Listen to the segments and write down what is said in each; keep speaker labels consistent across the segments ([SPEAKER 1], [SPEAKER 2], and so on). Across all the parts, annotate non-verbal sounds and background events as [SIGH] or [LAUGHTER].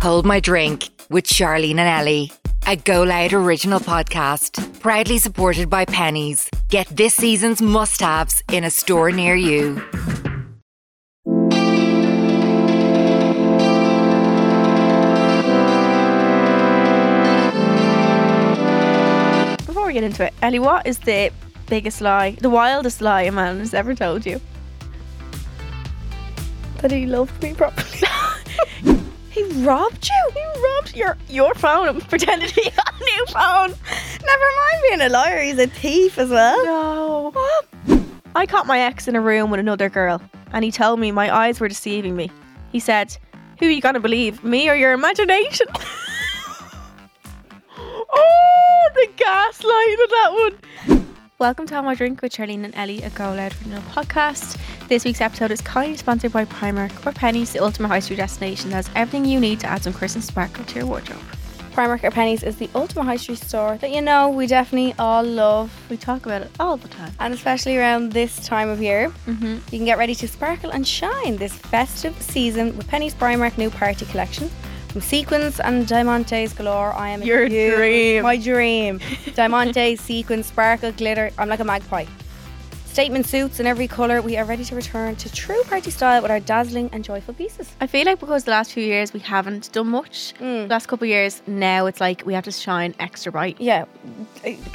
[SPEAKER 1] Pulled My Drink with Charlene and Ellie, a Go Loud original podcast, proudly supported by Pennies. Get this season's must haves in a store near you.
[SPEAKER 2] Before we get into it, Ellie, what is the biggest lie, the wildest lie a man has ever told you?
[SPEAKER 3] that he loved me properly.
[SPEAKER 2] [LAUGHS]
[SPEAKER 3] [LAUGHS]
[SPEAKER 2] He robbed you. He robbed your your phone and pretended he got a new phone.
[SPEAKER 3] Never mind being a liar, he's a thief as well.
[SPEAKER 2] No. I caught my ex in a room with another girl, and he told me my eyes were deceiving me. He said, "Who you gonna believe, me or your imagination?" [LAUGHS] oh, the gaslight of that one. Welcome to Have My Drink with Charlene and Ellie, a Go Loud Renewal podcast. This week's episode is kindly sponsored by Primark or Pennies, the ultimate high street destination that has everything you need to add some Christmas sparkle to your wardrobe.
[SPEAKER 3] Primark or Pennies is the ultimate high street store that you know we definitely all love,
[SPEAKER 2] We talk about it all the time.
[SPEAKER 3] and especially around this time of year.
[SPEAKER 2] Mm-hmm.
[SPEAKER 3] You can get ready to sparkle and shine this festive season with Penny's Primark new party collection. From sequins and diamantes galore, I am a
[SPEAKER 2] Your
[SPEAKER 3] huge-
[SPEAKER 2] dream.
[SPEAKER 3] My
[SPEAKER 2] [LAUGHS]
[SPEAKER 3] dream. diamantes, sequins, sparkle, glitter. I'm like a magpie. Statement suits in every colour. We are ready to return to true party style with our dazzling and joyful pieces.
[SPEAKER 2] I feel like because the last few years we haven't done much,
[SPEAKER 3] Mm.
[SPEAKER 2] last couple of years now it's like we have to shine extra bright.
[SPEAKER 3] Yeah,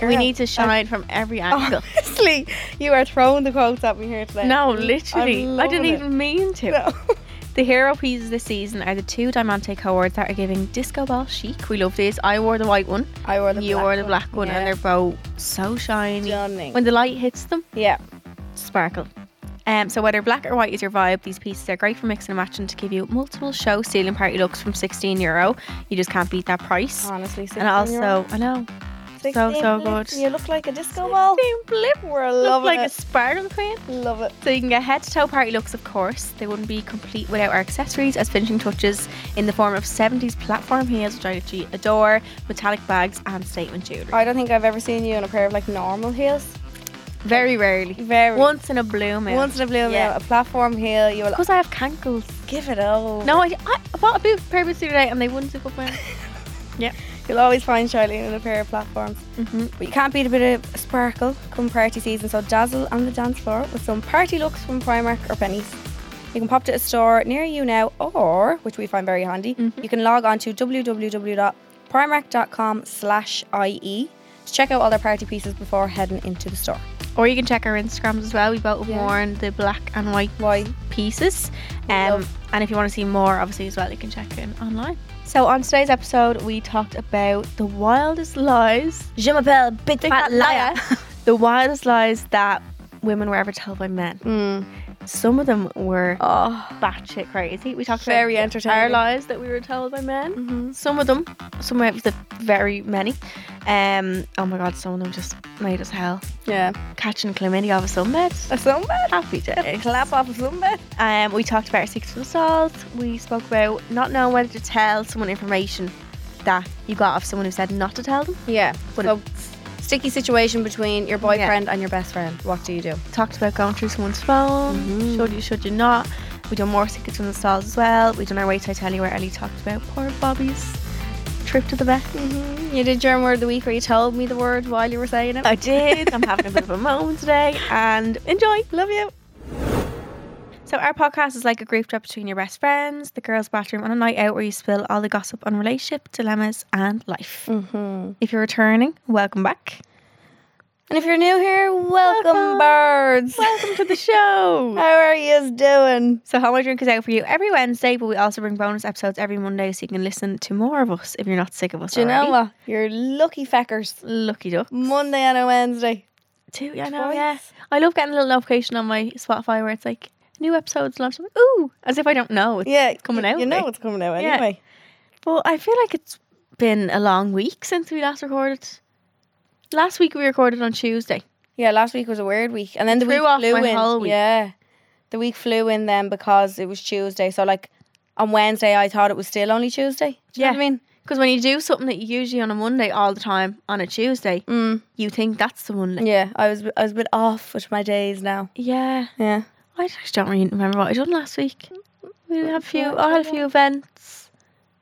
[SPEAKER 2] we need to shine from every angle.
[SPEAKER 3] Honestly, you are throwing the quotes at me here today.
[SPEAKER 2] No,
[SPEAKER 3] I'm
[SPEAKER 2] literally, Oh, I
[SPEAKER 3] loving
[SPEAKER 2] didn't
[SPEAKER 3] it.
[SPEAKER 2] even mean to.
[SPEAKER 3] [LAUGHS] No.
[SPEAKER 2] The hero pieces this season are the two Diamante cords that are giving disco ball chic. We love these. I wore the white one,
[SPEAKER 3] I wore the
[SPEAKER 2] you
[SPEAKER 3] black
[SPEAKER 2] wore the black one, and they're both so shiny.
[SPEAKER 3] stunning.
[SPEAKER 2] When the light hits them,
[SPEAKER 3] yeah,
[SPEAKER 2] sparkle. Um, so whether black or white is your vibe, these pieces are great for mixing and matching to give you multiple show ceiling party looks from 16 euro. You just can't beat that price.
[SPEAKER 3] honestly.
[SPEAKER 2] and
[SPEAKER 3] 16 year
[SPEAKER 2] also,
[SPEAKER 3] old.
[SPEAKER 2] I know,
[SPEAKER 3] 16
[SPEAKER 2] so
[SPEAKER 3] blips,
[SPEAKER 2] good.
[SPEAKER 3] You look like a disco ball.
[SPEAKER 2] same blip.
[SPEAKER 3] We're
[SPEAKER 2] Look
[SPEAKER 3] loving
[SPEAKER 2] like a
[SPEAKER 3] it.
[SPEAKER 2] sparkle queen.
[SPEAKER 3] Love it.
[SPEAKER 2] So you can get head to toe party looks, of course. They wouldn't be complete without our accessories as finishing touches in the form of 70s platform heels, which I actually adore, metallic bags, and statement jewellery.
[SPEAKER 3] I don't think I've ever seen you in a pair of like normal heels.
[SPEAKER 2] Very rarely.
[SPEAKER 3] Very.
[SPEAKER 2] Once in a blue moon.
[SPEAKER 3] Once in a blue moon,
[SPEAKER 2] Yeah.
[SPEAKER 3] a platform heel. You will
[SPEAKER 2] Because I have cankles.
[SPEAKER 3] give it all.
[SPEAKER 2] No, I, I I bought a blue pair of boots the other day and they wouldn't zip up my
[SPEAKER 3] You'll always find Charlene in a pair of platforms.
[SPEAKER 2] mm-hmm.
[SPEAKER 3] But you can't beat a bit of sparkle come party season, so dazzle on the dance floor with some party looks from Primark or Pennies. You can pop to a store near you now, or, which we find very handy,
[SPEAKER 2] Mhm.
[SPEAKER 3] you can log on to www.primark.com slash IE to check out all their party pieces before heading into the store.
[SPEAKER 2] Or you can check our Instagrams as well. We both have
[SPEAKER 3] Yeah.
[SPEAKER 2] worn the black and white
[SPEAKER 3] Why?
[SPEAKER 2] pieces.
[SPEAKER 3] We
[SPEAKER 2] Um,
[SPEAKER 3] love-
[SPEAKER 2] and if you want to see more, obviously, as well, you can check in online. So, on today's episode, we talked about the wildest lies,
[SPEAKER 3] Je m'appelle Big
[SPEAKER 2] Fat Liar,
[SPEAKER 3] [LAUGHS]
[SPEAKER 2] the wildest lies that women were ever told by men.
[SPEAKER 3] Mm.
[SPEAKER 2] Some of them were
[SPEAKER 3] Oh.
[SPEAKER 2] batshit crazy. We talked
[SPEAKER 3] Very
[SPEAKER 2] about
[SPEAKER 3] entertaining.
[SPEAKER 2] our lies that we were told by men.
[SPEAKER 3] Mm-hmm.
[SPEAKER 2] Some of them, some of the very many. Um, oh my god, some of them just made us hell.
[SPEAKER 3] Yeah.
[SPEAKER 2] Catching chlamydia of a sunbed.
[SPEAKER 3] A sunbed?
[SPEAKER 2] Happy
[SPEAKER 3] A
[SPEAKER 2] days.
[SPEAKER 3] clap off a sunbed?
[SPEAKER 2] Um, we talked about our secrets from salt. We spoke about not knowing whether to tell someone information that you got off someone who said not to tell them.
[SPEAKER 3] Yeah.
[SPEAKER 2] But
[SPEAKER 3] so, sticky situation between your boyfriend and your best friend. What do you do?
[SPEAKER 2] Talked about going through someone's phone.
[SPEAKER 3] Mhm.
[SPEAKER 2] Should you, should you not? We done more secrets from the salt as well. We done our wait till I tell you where Ellie talked about poor Bobby's trip to the vet.
[SPEAKER 3] hmm You did your word of the week where you told me the word while you were saying it.
[SPEAKER 2] I did. I'm having a bit of a moment today and enjoy. Love you. So our podcast is like a group chat between your best friends, the girls' bathroom, on a night out where you spill all the gossip on relationship dilemmas and life.
[SPEAKER 3] Mm-hmm. And
[SPEAKER 2] If you're returning, welcome back.
[SPEAKER 3] if you're new here, welcome,
[SPEAKER 2] Welcome.
[SPEAKER 3] birds.
[SPEAKER 2] Welcome to the show.
[SPEAKER 3] [LAUGHS] How are you doing?
[SPEAKER 2] So, How My Drink is out for you every Wednesday, but we also bring bonus episodes every Monday so you can listen to more of us if you're not sick of us.
[SPEAKER 3] Do you know
[SPEAKER 2] already.
[SPEAKER 3] what? You're lucky feckers.
[SPEAKER 2] Lucky duck.
[SPEAKER 3] Monday and a Wednesday.
[SPEAKER 2] Two, yeah, I know,
[SPEAKER 3] Twice.
[SPEAKER 2] yeah. I love getting a little notification on my Spotify where it's like, new episodes launched. I'm like, ooh, as if I don't know. It's-
[SPEAKER 3] Yeah,
[SPEAKER 2] coming
[SPEAKER 3] you,
[SPEAKER 2] out,
[SPEAKER 3] You know
[SPEAKER 2] eh?
[SPEAKER 3] it's coming out
[SPEAKER 2] Yeah.
[SPEAKER 3] anyway.
[SPEAKER 2] But I feel like it's been a long week since we last recorded. Last week we recorded on Tuesday.
[SPEAKER 3] Yeah. last week was a weird week, and then the
[SPEAKER 2] Threw
[SPEAKER 3] week
[SPEAKER 2] off
[SPEAKER 3] flew
[SPEAKER 2] my
[SPEAKER 3] in.
[SPEAKER 2] whole week.
[SPEAKER 3] Yeah, the week flew in then because it was Tuesday. So like on Wednesday, I thought it was still only Tuesday. Do you know what I mean?
[SPEAKER 2] Because when you do something that you usually on a Monday all the time on a Tuesday,
[SPEAKER 3] Mm.
[SPEAKER 2] you think that's the Monday.
[SPEAKER 3] Yeah, I was I was a bit off with my days now.
[SPEAKER 2] Yeah.
[SPEAKER 3] Yeah.
[SPEAKER 2] I just don't really remember what I done last week. We had a few,
[SPEAKER 3] what
[SPEAKER 2] I had a
[SPEAKER 3] did I
[SPEAKER 2] few events,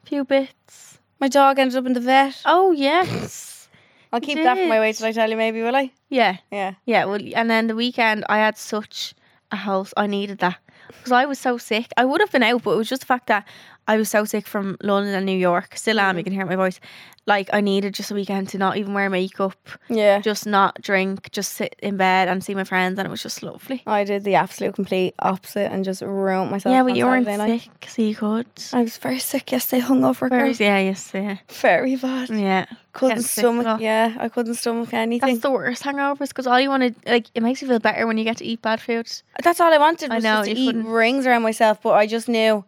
[SPEAKER 2] few bits.
[SPEAKER 3] My dog ended up in the vet.
[SPEAKER 2] Oh yes,
[SPEAKER 3] I'll keep that for my
[SPEAKER 2] did.
[SPEAKER 3] way till I tell you, maybe, will I?
[SPEAKER 2] yeah,
[SPEAKER 3] Yeah.
[SPEAKER 2] yeah. Well, and then the weekend I had such a house. I needed that because I was so sick. I would have been out, but it was just the fact that I was so sick from London and New York. Still am. You can hear my voice. Like I needed just a weekend to not even wear makeup,
[SPEAKER 3] Yeah.
[SPEAKER 2] just not drink, just sit in bed and see my friends, and it was just lovely.
[SPEAKER 3] I did the absolute complete opposite and just ruined myself.
[SPEAKER 2] Yeah, but
[SPEAKER 3] on
[SPEAKER 2] you weren't
[SPEAKER 3] Saturday night.
[SPEAKER 2] sick, so you could.
[SPEAKER 3] I was very sick yesterday, hungover.
[SPEAKER 2] Where
[SPEAKER 3] Very,
[SPEAKER 2] is- Yeah, yes, yeah,
[SPEAKER 3] very bad.
[SPEAKER 2] yeah.
[SPEAKER 3] Couldn't
[SPEAKER 2] Getting sick a
[SPEAKER 3] stomach.
[SPEAKER 2] lot.
[SPEAKER 3] Yeah, I couldn't stomach anything.
[SPEAKER 2] That's
[SPEAKER 3] That's,
[SPEAKER 2] the worst hangovers because all you want to like it makes you feel better when you get to eat bad food.
[SPEAKER 3] all I wanted.
[SPEAKER 2] I
[SPEAKER 3] Was
[SPEAKER 2] know,
[SPEAKER 3] just to
[SPEAKER 2] you
[SPEAKER 3] eat
[SPEAKER 2] couldn't.
[SPEAKER 3] rings around myself, but I just knew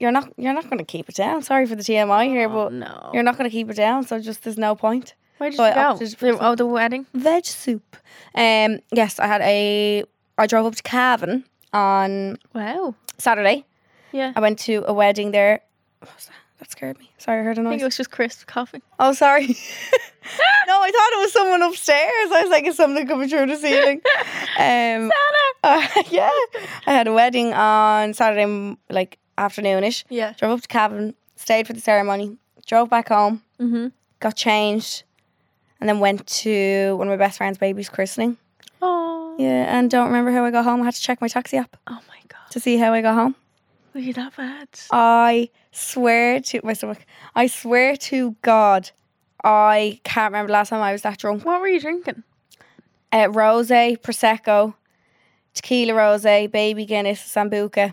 [SPEAKER 3] you're not. You're not going to keep it down. Sorry for the TMI here,
[SPEAKER 2] Oh,
[SPEAKER 3] but
[SPEAKER 2] no.
[SPEAKER 3] you're not going to keep it down. So just there's no point.
[SPEAKER 2] Where did
[SPEAKER 3] so
[SPEAKER 2] you
[SPEAKER 3] I
[SPEAKER 2] go?
[SPEAKER 3] opted for
[SPEAKER 2] The-
[SPEAKER 3] some-
[SPEAKER 2] oh, the wedding.
[SPEAKER 3] Veg soup. Um. Yes, I had a. I drove up to Cavan on
[SPEAKER 2] Wow.
[SPEAKER 3] Saturday.
[SPEAKER 2] Yeah.
[SPEAKER 3] I went to a wedding there. What was that? That scared me. Sorry, I heard a
[SPEAKER 2] I think
[SPEAKER 3] noise.
[SPEAKER 2] it was just crisp coffee.
[SPEAKER 3] Oh, sorry. [LAUGHS] no, I thought it was someone upstairs. I was like, is something coming through the ceiling? Um, [LAUGHS] uh, yeah. I had a wedding on Saturday, m- like afternoonish.
[SPEAKER 2] Yeah.
[SPEAKER 3] Drove up to Cavan, stayed for the ceremony, drove back home,
[SPEAKER 2] Mm-hmm.
[SPEAKER 3] got changed, and then went to one of my best friend's baby's christening.
[SPEAKER 2] Oh.
[SPEAKER 3] Yeah, and don't remember how I got home. I had to check my taxi app
[SPEAKER 2] Oh my god.
[SPEAKER 3] to see how I got home.
[SPEAKER 2] Were you that bad?
[SPEAKER 3] I swear to my stomach. I swear to God, I can't remember the last time I was that drunk.
[SPEAKER 2] What were you drinking?
[SPEAKER 3] Uh, rose, prosecco, tequila rose, baby Guinness, sambuca.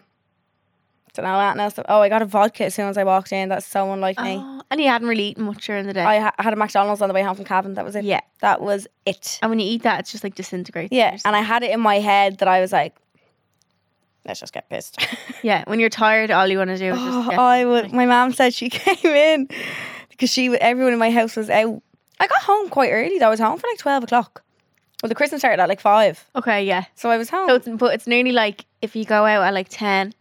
[SPEAKER 3] Don't know that now. Oh, I got a vodka as soon as I walked in. That's so unlike me.
[SPEAKER 2] Oh, and you hadn't really eaten much during the day.
[SPEAKER 3] I ha- had a McDonald's on the way home from Cavan. That was it.
[SPEAKER 2] yeah. Oh,
[SPEAKER 3] That was it.
[SPEAKER 2] And when you eat that, it's just like disintegrates.
[SPEAKER 3] Yeah,
[SPEAKER 2] There's-
[SPEAKER 3] and I had it in my head that I was like, let's just get pissed.
[SPEAKER 2] yeah. When you're tired, all you want to do is just.
[SPEAKER 3] Oh,
[SPEAKER 2] get-
[SPEAKER 3] I would. My mom said she [LAUGHS] came in because she. Everyone in my house was out. I got home quite early. though. I was home for like twelve o'clock. Well, the Christmas started at like five,
[SPEAKER 2] okay. Yeah.
[SPEAKER 3] so I was home.
[SPEAKER 2] So it's but it's nearly like if you go out at like ten,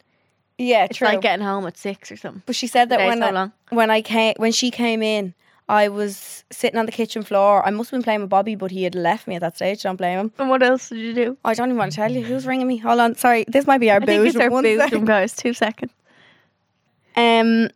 [SPEAKER 3] yeah,
[SPEAKER 2] it's
[SPEAKER 3] true.
[SPEAKER 2] like getting home at six or something.
[SPEAKER 3] but she said that
[SPEAKER 2] Day
[SPEAKER 3] when
[SPEAKER 2] so
[SPEAKER 3] I,
[SPEAKER 2] long.
[SPEAKER 3] when I came when she came in, I was sitting on the kitchen floor. I must have been playing with Bobby, but he had left me at that stage. Don't blame him.
[SPEAKER 2] And what else did you do?
[SPEAKER 3] I don't even want to tell you who's ringing me. Hold on, sorry. This might be our
[SPEAKER 2] I think
[SPEAKER 3] booze.
[SPEAKER 2] it's our
[SPEAKER 3] One
[SPEAKER 2] boojum,
[SPEAKER 3] sec.
[SPEAKER 2] guys. Two seconds.
[SPEAKER 3] Um.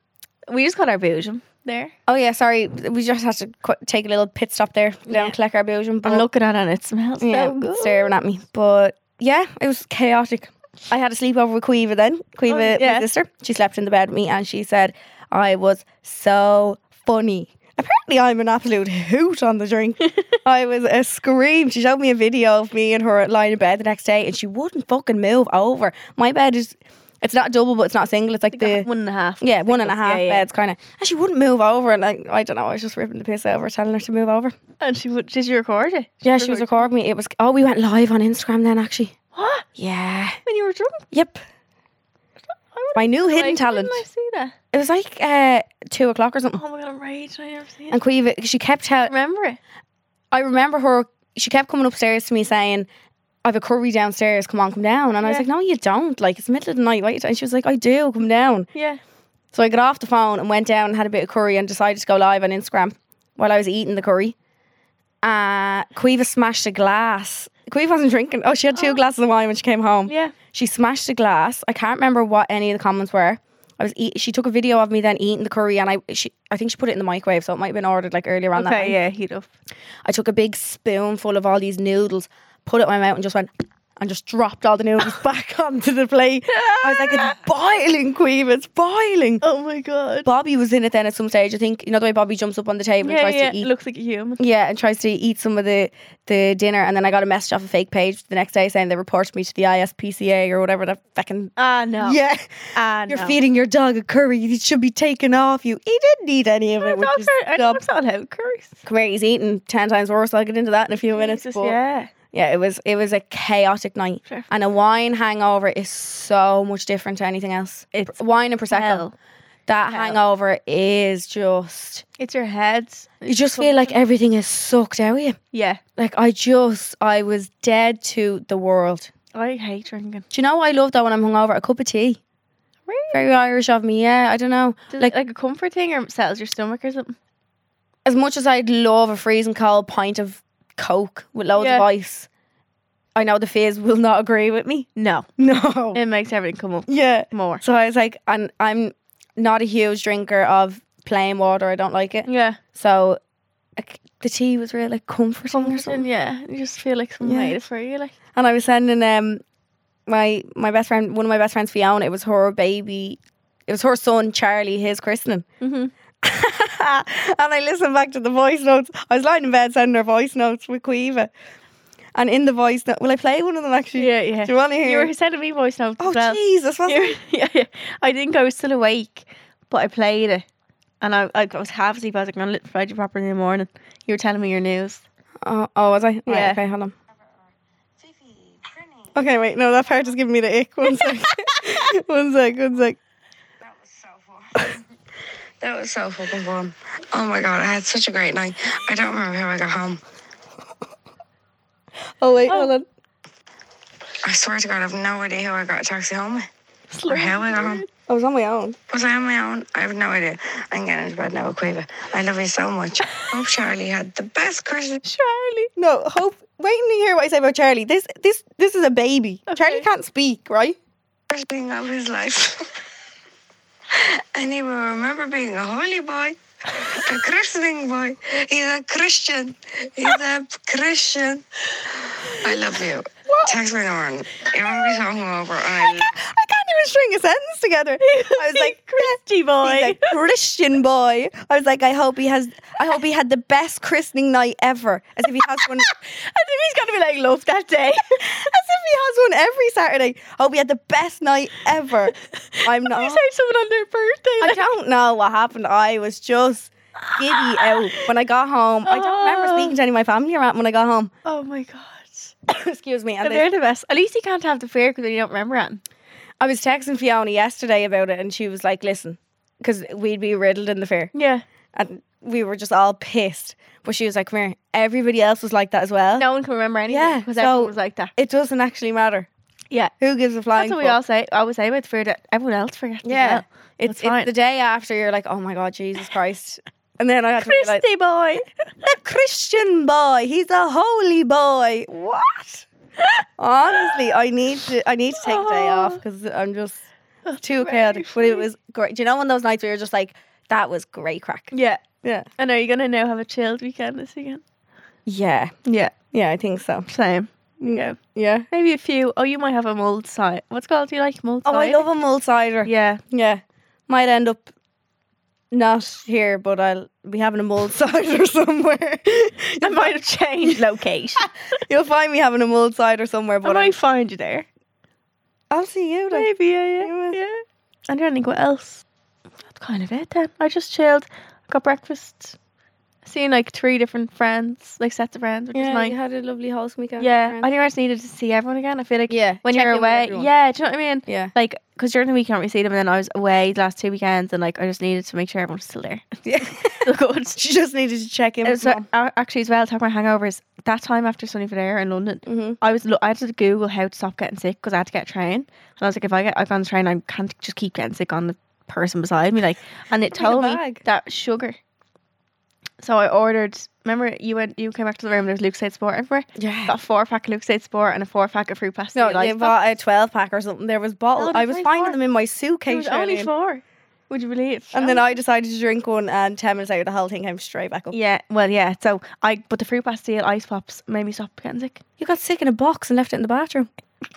[SPEAKER 2] We just got our boojum there.
[SPEAKER 3] Oh yeah, sorry. We just had to qu- take a little pit stop there down
[SPEAKER 2] Yeah.
[SPEAKER 3] collect our booze.
[SPEAKER 2] I'm looking at it and it smells
[SPEAKER 3] yeah,
[SPEAKER 2] so good.
[SPEAKER 3] staring at me. But yeah, it was chaotic. I had a sleepover with Cueva then. Cueva,
[SPEAKER 2] Oh, yeah.
[SPEAKER 3] my sister. She slept in the bed with me and she said I was so funny. Apparently I'm an absolute hoot on the
[SPEAKER 2] [LAUGHS]
[SPEAKER 3] drink. I was a scream. She showed me a video of me and her lying in bed the next day and she wouldn't fucking move over. My bed is it's not double but it's not single. It's like the
[SPEAKER 2] One and a half.
[SPEAKER 3] yeah, one and a half
[SPEAKER 2] Yeah, yeah.
[SPEAKER 3] beds kind of. And she wouldn't move over and like I don't know, I was just ripping the piss over telling her to move over.
[SPEAKER 2] And she would, did you record it?
[SPEAKER 3] Yeah, she was recording me. It was oh, we went live on Instagram then actually.
[SPEAKER 2] [GASPS] What?
[SPEAKER 3] Yeah.
[SPEAKER 2] When you were drunk?
[SPEAKER 3] Yep.
[SPEAKER 2] I
[SPEAKER 3] My new hidden
[SPEAKER 2] Like,
[SPEAKER 3] talent.
[SPEAKER 2] Didn't I see that?
[SPEAKER 3] It was like uh, two o'clock or something.
[SPEAKER 2] Oh my god, I'm raging. I never seen it.
[SPEAKER 3] And Cueva, she kept
[SPEAKER 2] I
[SPEAKER 3] telling.
[SPEAKER 2] remember it.
[SPEAKER 3] I remember her. She kept coming upstairs to me saying, "I've a curry downstairs. Come on, come down." And I was
[SPEAKER 2] Yeah.
[SPEAKER 3] like, "No, you don't. Like it's middle of the night, right?" And she was like, "I do. Come down."
[SPEAKER 2] Yeah.
[SPEAKER 3] So I got off the phone and went down and had a bit of curry and decided to go live on Instagram while I was eating the curry. Uh, Cueva smashed a glass. Cueva wasn't drinking. Oh, she had two glasses of wine when she came home.
[SPEAKER 2] Yeah.
[SPEAKER 3] She smashed a glass. I can't remember what any of the comments were. I was eat- she took a video of me then eating the curry and I she I think she put it in the microwave so it might have been ordered like earlier on that night.
[SPEAKER 2] Okay, yeah, heat up.
[SPEAKER 3] I took a big spoonful of all these noodles, put it in my mouth and just went and just dropped all
[SPEAKER 2] [LAUGHS]
[SPEAKER 3] the noodles back onto the plate. I was like, it's boiling, Queen, it's boiling.
[SPEAKER 2] Oh my god.
[SPEAKER 3] Bobby was in it then at some stage. I think you know the way Bobby jumps up on the table and
[SPEAKER 2] Yeah,
[SPEAKER 3] tries
[SPEAKER 2] yeah.
[SPEAKER 3] to eat
[SPEAKER 2] Looks like a human.
[SPEAKER 3] yeah, and tries to eat some of the the dinner, and then I got a message off a fake page the next day saying they reported me to the ISPCA or whatever the fucking
[SPEAKER 2] Ah, no.
[SPEAKER 3] yeah.
[SPEAKER 2] Ah,
[SPEAKER 3] You're
[SPEAKER 2] no.
[SPEAKER 3] feeding your dog a curry. It should be taken off you. He didn't eat any of it. Which
[SPEAKER 2] Dogs
[SPEAKER 3] is
[SPEAKER 2] are, I
[SPEAKER 3] dumb.
[SPEAKER 2] don't know how curries.
[SPEAKER 3] Come here, he's eating ten times worse. I'll get into that in a few minutes.
[SPEAKER 2] Jesus,
[SPEAKER 3] but
[SPEAKER 2] yeah.
[SPEAKER 3] yeah, it was it was a chaotic night,
[SPEAKER 2] Sure.
[SPEAKER 3] and a wine hangover is so much different to anything else.
[SPEAKER 2] It's
[SPEAKER 3] Wine and prosecco,
[SPEAKER 2] hell.
[SPEAKER 3] that
[SPEAKER 2] Hell.
[SPEAKER 3] hangover is just
[SPEAKER 2] It's your head.
[SPEAKER 3] you just feel like everything is sucked out of you.
[SPEAKER 2] Yeah.
[SPEAKER 3] Like I just, I was dead to the world.
[SPEAKER 2] I hate drinking.
[SPEAKER 3] Do you know what I love though when I'm hungover? A cup of tea.
[SPEAKER 2] Really?
[SPEAKER 3] Very Irish of me, yeah. I don't know.
[SPEAKER 2] Does
[SPEAKER 3] Like
[SPEAKER 2] it, like a comfort thing or settles your stomach or something?
[SPEAKER 3] as much as I'd love a freezing cold pint of Coke with loads of
[SPEAKER 2] Yeah.
[SPEAKER 3] ice, I know the fizz will not agree with me.
[SPEAKER 2] No. Um,
[SPEAKER 3] No.
[SPEAKER 2] Oh. It makes everything come up
[SPEAKER 3] Yeah.
[SPEAKER 2] more.
[SPEAKER 3] So I was like, and I'm not a huge drinker of plain water. I don't like it.
[SPEAKER 2] Yeah.
[SPEAKER 3] So like, the tea was really like, comforting, or something.
[SPEAKER 2] yeah. You just feel like someone
[SPEAKER 3] Yeah.
[SPEAKER 2] made it for you. Like,
[SPEAKER 3] And I was sending um my my best friend one of my best friends Fiona. It was her baby. It was her son Charlie. His christening.
[SPEAKER 2] Mhm.
[SPEAKER 3] [LAUGHS] and I listened back to the voice notes. I was lying in bed sending her voice notes with Cueva. And in the voice note, will I play one of them actually?
[SPEAKER 2] yeah, yeah.
[SPEAKER 3] Do you want to
[SPEAKER 2] You
[SPEAKER 3] hear?
[SPEAKER 2] were sending me voice notes
[SPEAKER 3] oh
[SPEAKER 2] as well.
[SPEAKER 3] Jesus! Was
[SPEAKER 2] You were- [LAUGHS] yeah, yeah. I think I was still awake, but I played it. And I, I was half asleep. I was like, I'm going to provide you properly in the morning. You were telling me your news.
[SPEAKER 3] Oh, oh, was I? Right,
[SPEAKER 2] Yeah.
[SPEAKER 3] okay, hold on. Okay, wait. No, that part is giving me the ick. One sec.
[SPEAKER 2] [LAUGHS]
[SPEAKER 3] [LAUGHS] one sec. One sec.
[SPEAKER 4] That was so fun. [LAUGHS] that was so fucking fun. Oh my god, I had such a great night. I don't remember how I got home.
[SPEAKER 3] Oh wait,
[SPEAKER 2] Oh.
[SPEAKER 3] hold on.
[SPEAKER 4] I swear to god, I have no idea who I got a taxi home with. Or how I got home.
[SPEAKER 3] I was on my own.
[SPEAKER 4] Was I on my own? I have no idea. I'm getting into bed now, Quiva. I love you so much. Hope Charlie had the best Christmas.
[SPEAKER 2] Charlie.
[SPEAKER 3] No, hope. Wait until you hear what I say about Charlie. This, this, this is a baby. Charlie
[SPEAKER 2] Okay.
[SPEAKER 3] can't speak, right?
[SPEAKER 4] best thing of his life. [LAUGHS] and he will remember being a holy boy, a christening boy. He's a Christian. He's a Christian. I love you. Text me in the morning. You remember me talking over and I
[SPEAKER 3] I can't even string a
[SPEAKER 2] [LAUGHS]
[SPEAKER 3] sentence together. I was like,
[SPEAKER 2] [LAUGHS] Christy
[SPEAKER 3] he's
[SPEAKER 2] boy.
[SPEAKER 3] a Christian boy. I was like, I hope he has. I hope he had the best christening night ever. As if he has
[SPEAKER 2] [LAUGHS] I
[SPEAKER 3] one.
[SPEAKER 2] think he's gonna be like love that day.
[SPEAKER 3] [LAUGHS] As if he has one every Saturday. Hope he had the best night ever. I'm
[SPEAKER 2] you
[SPEAKER 3] not.
[SPEAKER 2] saved someone on their birthday.
[SPEAKER 3] I
[SPEAKER 2] like-
[SPEAKER 3] don't know what happened. I was just giddy out when I got home. I don't remember speaking to any of my family around when I got home.
[SPEAKER 2] oh my god.
[SPEAKER 3] [LAUGHS] Excuse me.
[SPEAKER 2] And
[SPEAKER 3] And they-
[SPEAKER 2] they're the best. At least you can't have the fear because you don't remember it.
[SPEAKER 3] I was texting Fiona yesterday about it, and she was like, "Listen, because we'd be riddled in the fair,
[SPEAKER 2] Yeah.
[SPEAKER 3] and we were just all pissed." But she was like, "Come here, everybody else was like that as well.
[SPEAKER 2] No one can remember anything
[SPEAKER 3] Yeah,
[SPEAKER 2] because
[SPEAKER 3] so-
[SPEAKER 2] everyone was like that.
[SPEAKER 3] It doesn't actually matter.
[SPEAKER 2] Yeah.
[SPEAKER 3] Who gives a flying?
[SPEAKER 2] That's what we
[SPEAKER 3] fuck?
[SPEAKER 2] all say. I always say about the fear that everyone else forgets. as
[SPEAKER 3] Yeah,
[SPEAKER 2] well.
[SPEAKER 3] it's,
[SPEAKER 2] That's fine.
[SPEAKER 3] it's the day after you're like, "Oh my god, Jesus Christ!" And then I had to be like,
[SPEAKER 2] Christy boy.
[SPEAKER 3] "The [LAUGHS] Christian boy, he's a holy boy."
[SPEAKER 2] [LAUGHS]
[SPEAKER 3] What? Honestly, I need to. I need to take a day
[SPEAKER 2] Oh.
[SPEAKER 3] off because I'm just too chaotic. But it was great. Do you know one of those nights where you're just like, "That was great crack."
[SPEAKER 2] [LAUGHS] Yeah.
[SPEAKER 3] Yeah.
[SPEAKER 2] And are you gonna now have a chilled weekend this weekend?
[SPEAKER 3] Yeah.
[SPEAKER 2] Yeah.
[SPEAKER 3] Yeah, I think so.
[SPEAKER 2] Same. Yeah.
[SPEAKER 3] Yeah.
[SPEAKER 2] Maybe a few. Oh, you might have a mulled cider. What's it called? Do you like mulled
[SPEAKER 3] Oh, I
[SPEAKER 2] cider?
[SPEAKER 3] love a mulled cider. Yeah.
[SPEAKER 2] Yeah.
[SPEAKER 3] Might end up not here, but I'll be having a mulled cider [LAUGHS] somewhere.
[SPEAKER 2] I might have changed location.
[SPEAKER 3] [LAUGHS] You'll find me having a mulled cider somewhere,
[SPEAKER 2] I
[SPEAKER 3] but I
[SPEAKER 2] might find you there.
[SPEAKER 3] I'll see you. Like,
[SPEAKER 2] Maybe, yeah,
[SPEAKER 3] Yeah.
[SPEAKER 2] yeah. yeah. I don't think what else. That's kind of it then. I just chilled, got breakfast, seen like three different friends, like sets of friends, which is nice.
[SPEAKER 3] had a lovely house weekend.
[SPEAKER 2] Yeah, I think I just needed to see everyone again. I feel like
[SPEAKER 3] yeah.
[SPEAKER 2] when
[SPEAKER 3] check
[SPEAKER 2] you're
[SPEAKER 3] in with
[SPEAKER 2] away,
[SPEAKER 3] everyone.
[SPEAKER 2] yeah, do you know what I mean?
[SPEAKER 3] Yeah.
[SPEAKER 2] Like, because during the week you can't really see them, and then I was away the last two weekends, and like I just needed to make sure everyone was still there.
[SPEAKER 3] [LAUGHS]
[SPEAKER 2] [LAUGHS]
[SPEAKER 3] Yeah.
[SPEAKER 2] Still good. [LAUGHS]
[SPEAKER 3] she just needed to check in.
[SPEAKER 2] It
[SPEAKER 3] With
[SPEAKER 2] was uh, actually as well. Talking about hangovers, that time after Sunny Valera in London,
[SPEAKER 3] mm-hmm.
[SPEAKER 2] I was lo- I had to Google how to stop getting sick because I had to get a train, and I was like, if I get I go on the train, I can't just keep getting sick on the person beside me, like, and it
[SPEAKER 3] [LAUGHS] Bring a
[SPEAKER 2] told me
[SPEAKER 3] bag.
[SPEAKER 2] that sugar. So I ordered. Remember, you went, you came back to the room. There was Luke's Sport
[SPEAKER 3] [LAUGHS]
[SPEAKER 2] everywhere.
[SPEAKER 3] Yeah.
[SPEAKER 2] Got a four pack of Luke's Sport and a four pack of fruit pastel.
[SPEAKER 3] No, you bought a 12 pack or something. There was bottles.
[SPEAKER 2] No,
[SPEAKER 3] I
[SPEAKER 2] there's
[SPEAKER 3] was
[SPEAKER 2] only
[SPEAKER 3] finding
[SPEAKER 2] four.
[SPEAKER 3] them in my
[SPEAKER 2] There
[SPEAKER 3] suitcase.
[SPEAKER 2] was only
[SPEAKER 3] Charlene.
[SPEAKER 2] four. Would you believe?
[SPEAKER 3] And then I decided to drink one, and 10 minutes later, the whole thing came straight back up.
[SPEAKER 2] Yeah, well, yeah. So I, but the fruit pastel ice pops made me stop getting [LAUGHS] sick.
[SPEAKER 3] You got sick in a box and left it in the bathroom.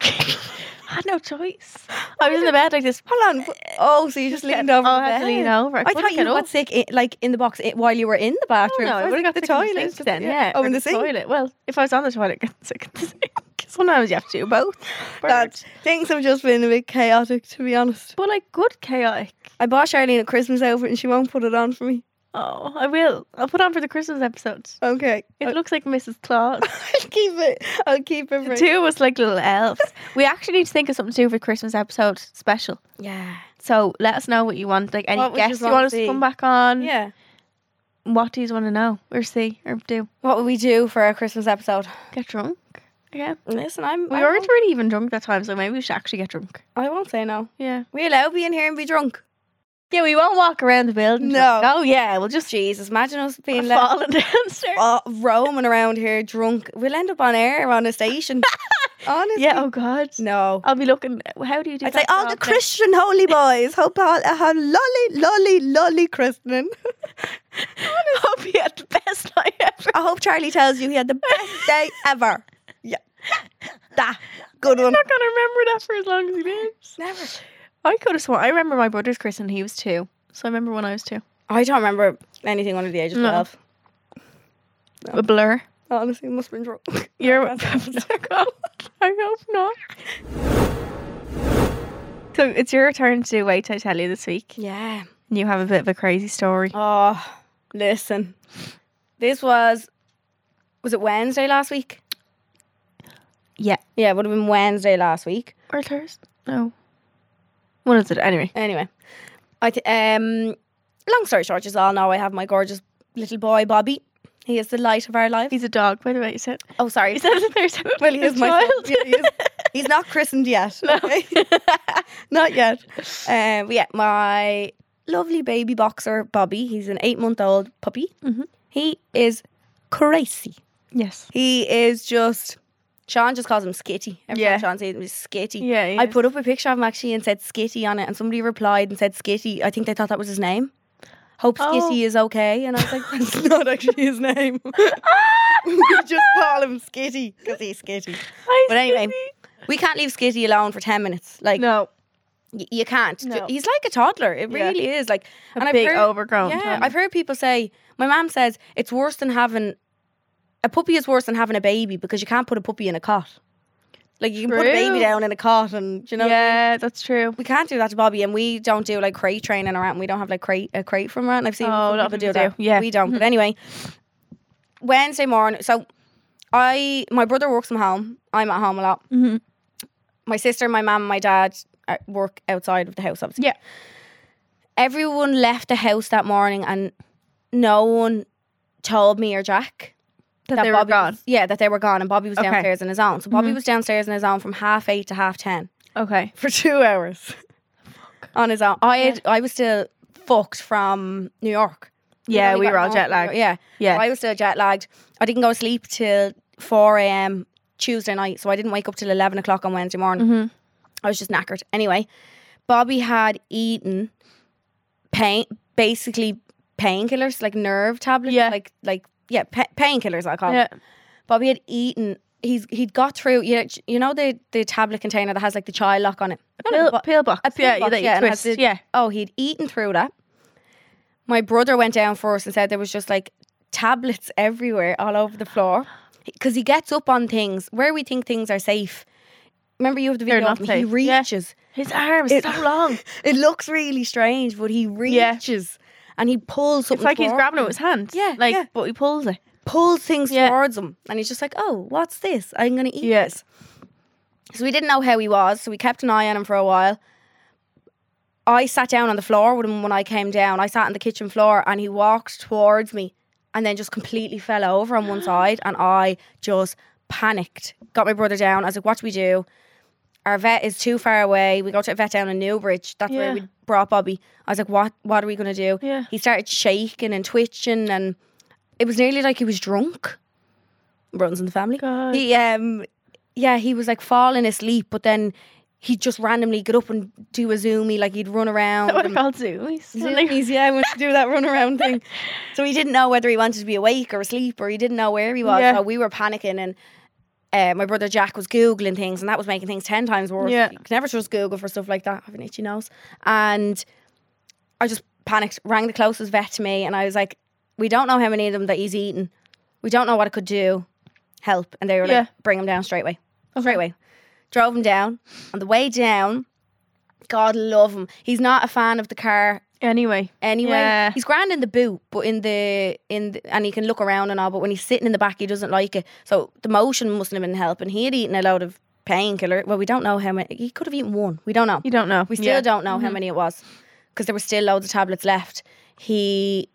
[SPEAKER 2] I had no choice. I was in the bed like this.
[SPEAKER 3] Hold on. Oh, so you just, leaned over
[SPEAKER 2] Oh,
[SPEAKER 3] the
[SPEAKER 2] I had to
[SPEAKER 3] bed.
[SPEAKER 2] lean over. I,
[SPEAKER 3] I
[SPEAKER 2] couldn't
[SPEAKER 3] thought you
[SPEAKER 2] get up.
[SPEAKER 3] got sick, i like in the box i while you were in the bathroom.
[SPEAKER 2] no, I
[SPEAKER 3] So
[SPEAKER 2] would have got
[SPEAKER 3] the
[SPEAKER 2] sick in
[SPEAKER 3] toilet.
[SPEAKER 2] sink then. Yeah,
[SPEAKER 3] Oh,
[SPEAKER 2] or
[SPEAKER 3] in the, sink.
[SPEAKER 2] toilet. Well, if I was on the toilet, I'd get sick in the sink. [LAUGHS] Sometimes you have to do both.
[SPEAKER 3] That- things have just been a bit chaotic, to be honest.
[SPEAKER 2] but like good chaotic.
[SPEAKER 3] I bought Charlene a Christmas outfit, and she won't put it on for me.
[SPEAKER 2] Oh, I will. I'll put on for the Christmas episode.
[SPEAKER 3] Okay,
[SPEAKER 2] It
[SPEAKER 3] I-
[SPEAKER 2] looks like Mrs. Claus. [LAUGHS]
[SPEAKER 3] I'll [LAUGHS] keep it. I'll keep it.
[SPEAKER 2] the
[SPEAKER 3] For
[SPEAKER 2] two of us like little elves. [LAUGHS] we actually need to think of something to do for Christmas episode special.
[SPEAKER 3] Yeah.
[SPEAKER 2] So let us know what you want. Like any
[SPEAKER 3] What would you
[SPEAKER 2] guests you
[SPEAKER 3] want
[SPEAKER 2] want us
[SPEAKER 3] to
[SPEAKER 2] to come
[SPEAKER 3] see?
[SPEAKER 2] back on.
[SPEAKER 3] Yeah.
[SPEAKER 2] What do you want to know or see or do?
[SPEAKER 3] What would we do for our Christmas episode?
[SPEAKER 2] Get drunk. Yeah.
[SPEAKER 3] Listen, I'm.
[SPEAKER 2] We
[SPEAKER 3] I,
[SPEAKER 2] weren't
[SPEAKER 3] won't,
[SPEAKER 2] really even drunk that time, so maybe we should actually get drunk.
[SPEAKER 3] I won't say no.
[SPEAKER 2] Yeah.
[SPEAKER 3] We allow be in here and be drunk.
[SPEAKER 2] Yeah, we won't walk around the building.
[SPEAKER 3] No.
[SPEAKER 2] drunk. Oh yeah, we'll just
[SPEAKER 3] Jesus, imagine us
[SPEAKER 2] [LAUGHS]
[SPEAKER 3] [LAUGHS] being left
[SPEAKER 2] falling downstairs.
[SPEAKER 3] uh, roaming around here drunk. We'll end up on air on a station. [LAUGHS] Honestly.
[SPEAKER 2] Yeah. Oh God.
[SPEAKER 3] No.
[SPEAKER 2] I'll be looking. How do you do
[SPEAKER 3] I'd
[SPEAKER 2] that?
[SPEAKER 3] say all the
[SPEAKER 2] job now?
[SPEAKER 3] Christian holy boys. Hope all I have lolly, lolly, lolly christening. [LAUGHS]
[SPEAKER 2] I'll be at the best [LAUGHS] I ever.
[SPEAKER 3] I hope Charlie tells you he had the best day ever. [LAUGHS] Yeah. That. Good one.
[SPEAKER 2] not gonna remember that for as long as he lives.
[SPEAKER 3] Never.
[SPEAKER 2] I could have sworn. I remember my brother's christening. He was two, so I remember when I was two.
[SPEAKER 3] I don't remember anything under the age of
[SPEAKER 2] No.
[SPEAKER 3] 12.
[SPEAKER 2] A blur.
[SPEAKER 3] Honestly, must have been drunk. [LAUGHS]
[SPEAKER 2] You're. [LAUGHS] I hope not. So it's your turn to wait. I tell you this week.
[SPEAKER 3] yeah.
[SPEAKER 2] And You have a bit of a crazy story.
[SPEAKER 3] Oh, listen. This was, was it Wednesday last week?
[SPEAKER 2] Yeah.
[SPEAKER 3] Yeah, it would have been Wednesday last week.
[SPEAKER 2] Or Thursday? No. One of the anyway.
[SPEAKER 3] Anyway, I th- um, long story short, just all know I have my gorgeous little boy Bobby. He is the light of our lives.
[SPEAKER 2] He's a dog. By the way, you said.
[SPEAKER 3] Oh, sorry.
[SPEAKER 2] You said it Thursday.
[SPEAKER 3] Well, he is my son.
[SPEAKER 2] child.
[SPEAKER 3] Yeah, he
[SPEAKER 2] [LAUGHS]
[SPEAKER 3] is. He's not christened yet. okay? [LAUGHS] not yet. Um, but yeah, my lovely baby boxer Bobby. He's an eight-month-old puppy.
[SPEAKER 2] Mhm.
[SPEAKER 3] He is crazy.
[SPEAKER 2] yes.
[SPEAKER 3] He is just. Sean just calls him Skitty. Every
[SPEAKER 2] Yeah.
[SPEAKER 3] time Sean says him, he's Skitty.
[SPEAKER 2] Yeah.
[SPEAKER 3] I put up a picture of him actually and said Skitty on it, and somebody replied and said Skitty. I think they thought that was his name. Hope
[SPEAKER 2] Oh.
[SPEAKER 3] Skitty is okay. And I was like, [LAUGHS] that's not actually
[SPEAKER 2] [LAUGHS]
[SPEAKER 3] his name. [LAUGHS] we just call him Skitty because he's Skitty.
[SPEAKER 2] I
[SPEAKER 3] But anyway,
[SPEAKER 2] see.
[SPEAKER 3] we can't leave Skitty alone for 10 minutes. Like,
[SPEAKER 2] no,
[SPEAKER 3] y- you can't.
[SPEAKER 2] No.
[SPEAKER 3] He's like a toddler. It
[SPEAKER 2] Yeah.
[SPEAKER 3] really is. Like,
[SPEAKER 2] a
[SPEAKER 3] and I've
[SPEAKER 2] big
[SPEAKER 3] heard-
[SPEAKER 2] overgrown.
[SPEAKER 3] yeah,
[SPEAKER 2] toddler.
[SPEAKER 3] I've heard people say, my mom says it's worse than having a puppy is worse than having a baby because you can't put a puppy in a cot. Like, you can put a baby
[SPEAKER 2] True.
[SPEAKER 3] down in a cot and, do you know,
[SPEAKER 2] yeah, that's true.
[SPEAKER 3] we can't do that to Bobby, and we don't do like crate training around. We don't have like crate a crate from around. I've seen
[SPEAKER 2] Oh, a
[SPEAKER 3] some
[SPEAKER 2] lot of
[SPEAKER 3] people do
[SPEAKER 2] people
[SPEAKER 3] that.
[SPEAKER 2] do, yeah. Mm-hmm.
[SPEAKER 3] we don't. But anyway, Wednesday morning. So I, my brother works from home. I'm at home a lot.
[SPEAKER 2] Mhm.
[SPEAKER 3] My sister, my mum, and my dad uh, work outside of the house. Obviously,
[SPEAKER 2] Yeah.
[SPEAKER 3] Everyone left the house that morning, and no one told me or Jack
[SPEAKER 2] That, they were
[SPEAKER 3] Bobby
[SPEAKER 2] gone.
[SPEAKER 3] was- yeah, that they were gone, and Bobby was
[SPEAKER 2] Okay.
[SPEAKER 3] downstairs in his own. So Bobby
[SPEAKER 2] Mhm.
[SPEAKER 3] was downstairs in his own from half eight to half ten
[SPEAKER 2] Okay.
[SPEAKER 3] for two hours on his own. I had, I was still fucked from New York.
[SPEAKER 2] [LAUGHS] Yeah,
[SPEAKER 3] only
[SPEAKER 2] we
[SPEAKER 3] got
[SPEAKER 2] were all
[SPEAKER 3] home from
[SPEAKER 2] jet
[SPEAKER 3] New York.
[SPEAKER 2] lagged.
[SPEAKER 3] Yeah,
[SPEAKER 2] Yeah.
[SPEAKER 3] I was still jet lagged. I didn't go to sleep till four a.m. Tuesday night, so I didn't wake up till eleven o'clock on Wednesday morning.
[SPEAKER 2] Mhm.
[SPEAKER 3] I was just knackered. Anyway, Bobby had eaten pain, basically painkillers, like nerve tablets,
[SPEAKER 2] Yeah.
[SPEAKER 3] like like yeah, pa- painkillers. I call them.
[SPEAKER 2] Yeah.
[SPEAKER 3] Bobby had eaten. He's he'd got through. You know, you know the the tablet container that has like the child lock on it. No, no,
[SPEAKER 2] Pill,
[SPEAKER 3] but-
[SPEAKER 2] pill box.
[SPEAKER 3] a pill
[SPEAKER 2] yeah,
[SPEAKER 3] box,
[SPEAKER 2] that you
[SPEAKER 3] yeah, and has
[SPEAKER 2] twist.
[SPEAKER 3] the-
[SPEAKER 2] yeah.
[SPEAKER 3] oh, he'd eaten through that. My brother went down for us and said there was just like tablets everywhere, all over the floor, because he gets up on things where we think things are safe. Remember, you have the
[SPEAKER 2] They're
[SPEAKER 3] video.
[SPEAKER 2] not
[SPEAKER 3] of him, He
[SPEAKER 2] safe, yeah.
[SPEAKER 3] reaches.
[SPEAKER 2] His arms
[SPEAKER 3] It-
[SPEAKER 2] so long.
[SPEAKER 3] It looks really strange, but he reaches and he pulls something.
[SPEAKER 2] It's like he's
[SPEAKER 3] toward-
[SPEAKER 2] grabbing it with his hand.
[SPEAKER 3] Yeah,
[SPEAKER 2] Like,
[SPEAKER 3] yeah.
[SPEAKER 2] but he pulls it.
[SPEAKER 3] pulls things
[SPEAKER 2] Yeah.
[SPEAKER 3] towards him, and he's just like, "Oh, what's this? I'm gonna eat
[SPEAKER 2] Yeah.
[SPEAKER 3] this." So we didn't know how he was, so we kept an eye on him for a while. I sat down on the floor with him when I came down. I sat on the kitchen floor, and he walked towards me, and then just completely fell over on one
[SPEAKER 2] [GASPS]
[SPEAKER 3] side, and I just panicked. Got my brother down. I was like, "What do we do?" Our vet is too far away. We go to a vet down in Newbridge. That's where
[SPEAKER 2] Yeah.
[SPEAKER 3] we brought Bobby. I was like, "What? What are we gonna do?"
[SPEAKER 2] Yeah.
[SPEAKER 3] He started shaking and twitching, and it was nearly like he was drunk. Runs in the family.
[SPEAKER 2] God. [LAUGHS]
[SPEAKER 3] He, um, yeah, he was like falling asleep, but then he'd just randomly get up and do a zoomy, like he'd run
[SPEAKER 2] [LAUGHS]
[SPEAKER 3] around.
[SPEAKER 2] That would have called
[SPEAKER 3] and-
[SPEAKER 2] zoomies.
[SPEAKER 3] Zoomies, yeah, when you do that run around thing. [LAUGHS] So he didn't know whether he wanted to be awake or asleep, or he didn't know where he was.
[SPEAKER 2] Yeah.
[SPEAKER 3] So we were panicking, and uh, my brother Jack was googling things, and that was making things ten times worse.
[SPEAKER 2] Yeah.
[SPEAKER 3] You can never trust Google for stuff like that. I have an itchy nose, and I just panicked, rang the closest vet to me, and I was like, "We don't know how many of them that he's eaten. We don't know what it could do. Help!" And they were
[SPEAKER 2] Yeah.
[SPEAKER 3] like, "Bring him down straight away." Straight away. Drove him down. On the way down, God love him. He's not a fan of the car
[SPEAKER 2] Anyway.
[SPEAKER 3] anyway.
[SPEAKER 2] Yeah.
[SPEAKER 3] He's grand in the boot, but in the in the, and he can look around and all. But when he's sitting in the back, he doesn't like it. So the motion mustn't have been helping. He had eaten a load of painkiller. Well, we don't know how many. He could have eaten one. We don't know.
[SPEAKER 2] You don't know.
[SPEAKER 3] We still
[SPEAKER 2] Yeah. Mm-hmm.
[SPEAKER 3] don't know how many it was because there were still loads of tablets left. He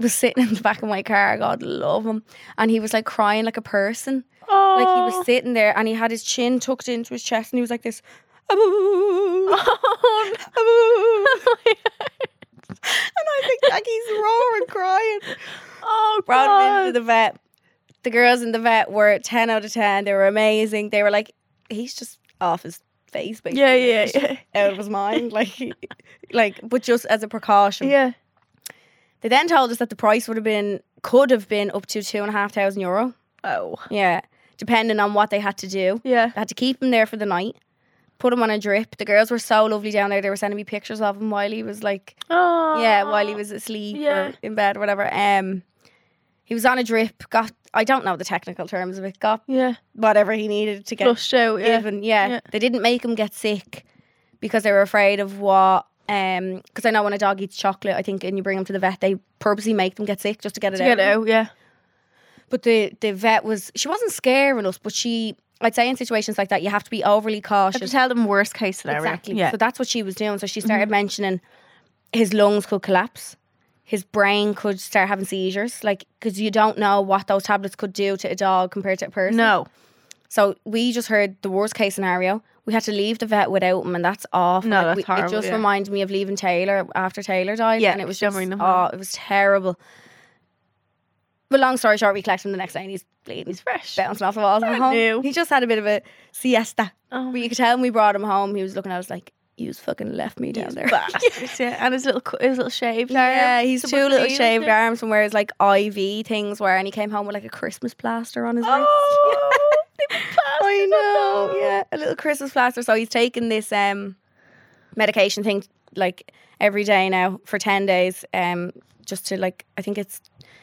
[SPEAKER 3] was sitting in the back of my car. God love him, and he was like crying like a person.
[SPEAKER 2] Oh.
[SPEAKER 3] Like he was sitting there and he had his chin tucked into his chest and he was
[SPEAKER 2] [LAUGHS]
[SPEAKER 3] like this. [LAUGHS] and
[SPEAKER 2] Oh, [LAUGHS] no.
[SPEAKER 3] I think like he's roaring, crying.
[SPEAKER 2] oh,
[SPEAKER 3] Brought him
[SPEAKER 2] God.
[SPEAKER 3] into the vet. The girls in the vet were 10 out of 10. They were amazing. They were like, he's just off his face, basically.
[SPEAKER 2] Yeah, yeah,
[SPEAKER 3] He's
[SPEAKER 2] yeah.
[SPEAKER 3] Out of his
[SPEAKER 2] [LAUGHS]
[SPEAKER 3] mind, like, he- like, but just as a precaution.
[SPEAKER 2] Yeah.
[SPEAKER 3] They then told us that the price would have been could have been up to two and a half thousand euro.
[SPEAKER 2] Oh.
[SPEAKER 3] Yeah, depending on what they had to do.
[SPEAKER 2] Yeah.
[SPEAKER 3] I had to keep him there for the night, put him on a drip. The girls were so lovely down there. They were sending me pictures of him while he was like,
[SPEAKER 2] Oh.
[SPEAKER 3] yeah, while he was asleep
[SPEAKER 2] Yeah.
[SPEAKER 3] or in bed, or whatever. Um, he was on a drip. Got I don't know the technical terms of it. Got
[SPEAKER 2] Yeah.
[SPEAKER 3] whatever he needed to get
[SPEAKER 2] Flushed out. Yeah.
[SPEAKER 3] given. Yeah.
[SPEAKER 2] Yeah.
[SPEAKER 3] they didn't make him get sick because they were afraid of what. Um, because I know when a dog eats chocolate, I think, and you bring him to the vet, they purposely make them get sick just to get it
[SPEAKER 2] To
[SPEAKER 3] out.
[SPEAKER 2] get
[SPEAKER 3] of 'em.
[SPEAKER 2] out. Yeah.
[SPEAKER 3] But the the vet was she wasn't scaring us, but she I'd say in situations like that you have to be overly
[SPEAKER 2] Have to
[SPEAKER 3] cautious.
[SPEAKER 2] tell them worst case scenario.
[SPEAKER 3] Exactly.
[SPEAKER 2] Yeah. Mm-hmm.
[SPEAKER 3] So that's what she was doing. So she started mentioning his lungs could collapse, his brain could start having seizures, like because you don't know what those tablets could do to a dog compared to a person.
[SPEAKER 2] no.
[SPEAKER 3] So we just heard the worst case scenario. We had to leave the vet without him, and that's awful.
[SPEAKER 2] No,
[SPEAKER 3] Like,
[SPEAKER 2] that's
[SPEAKER 3] we-
[SPEAKER 2] horrible,
[SPEAKER 3] It just
[SPEAKER 2] yeah.
[SPEAKER 3] reminded me of leaving Taylor after Taylor died.
[SPEAKER 2] Yeah,
[SPEAKER 3] and it was
[SPEAKER 2] don't
[SPEAKER 3] just
[SPEAKER 2] bring them
[SPEAKER 3] oh,
[SPEAKER 2] home.
[SPEAKER 3] it was terrible. But long story short, we collected him the next day, and he's bleeding.
[SPEAKER 2] He's fresh.
[SPEAKER 3] Bouncing off the walls at
[SPEAKER 2] Brand
[SPEAKER 3] home.
[SPEAKER 2] new.
[SPEAKER 3] He just had a bit of a siesta.
[SPEAKER 2] Oh,
[SPEAKER 3] But you could tell when we brought him home, he was looking at us like, "You fucking left me down there."
[SPEAKER 2] bastards, [LAUGHS] yeah. And his little cu- his little shaved
[SPEAKER 3] [LAUGHS] Yeah,
[SPEAKER 2] arm.
[SPEAKER 3] he's
[SPEAKER 2] Someone
[SPEAKER 3] two little
[SPEAKER 2] shaved
[SPEAKER 3] shaved
[SPEAKER 2] him.
[SPEAKER 3] arms and wears like IV things where, and he came home with like a Christmas plaster on his wrist. [LAUGHS]
[SPEAKER 2] Oh, they
[SPEAKER 3] I
[SPEAKER 2] plastered
[SPEAKER 3] know,
[SPEAKER 2] them.
[SPEAKER 3] yeah, a little Christmas plaster. So he's taking this um medication thing like every day now for ten days, um, just to like I think it's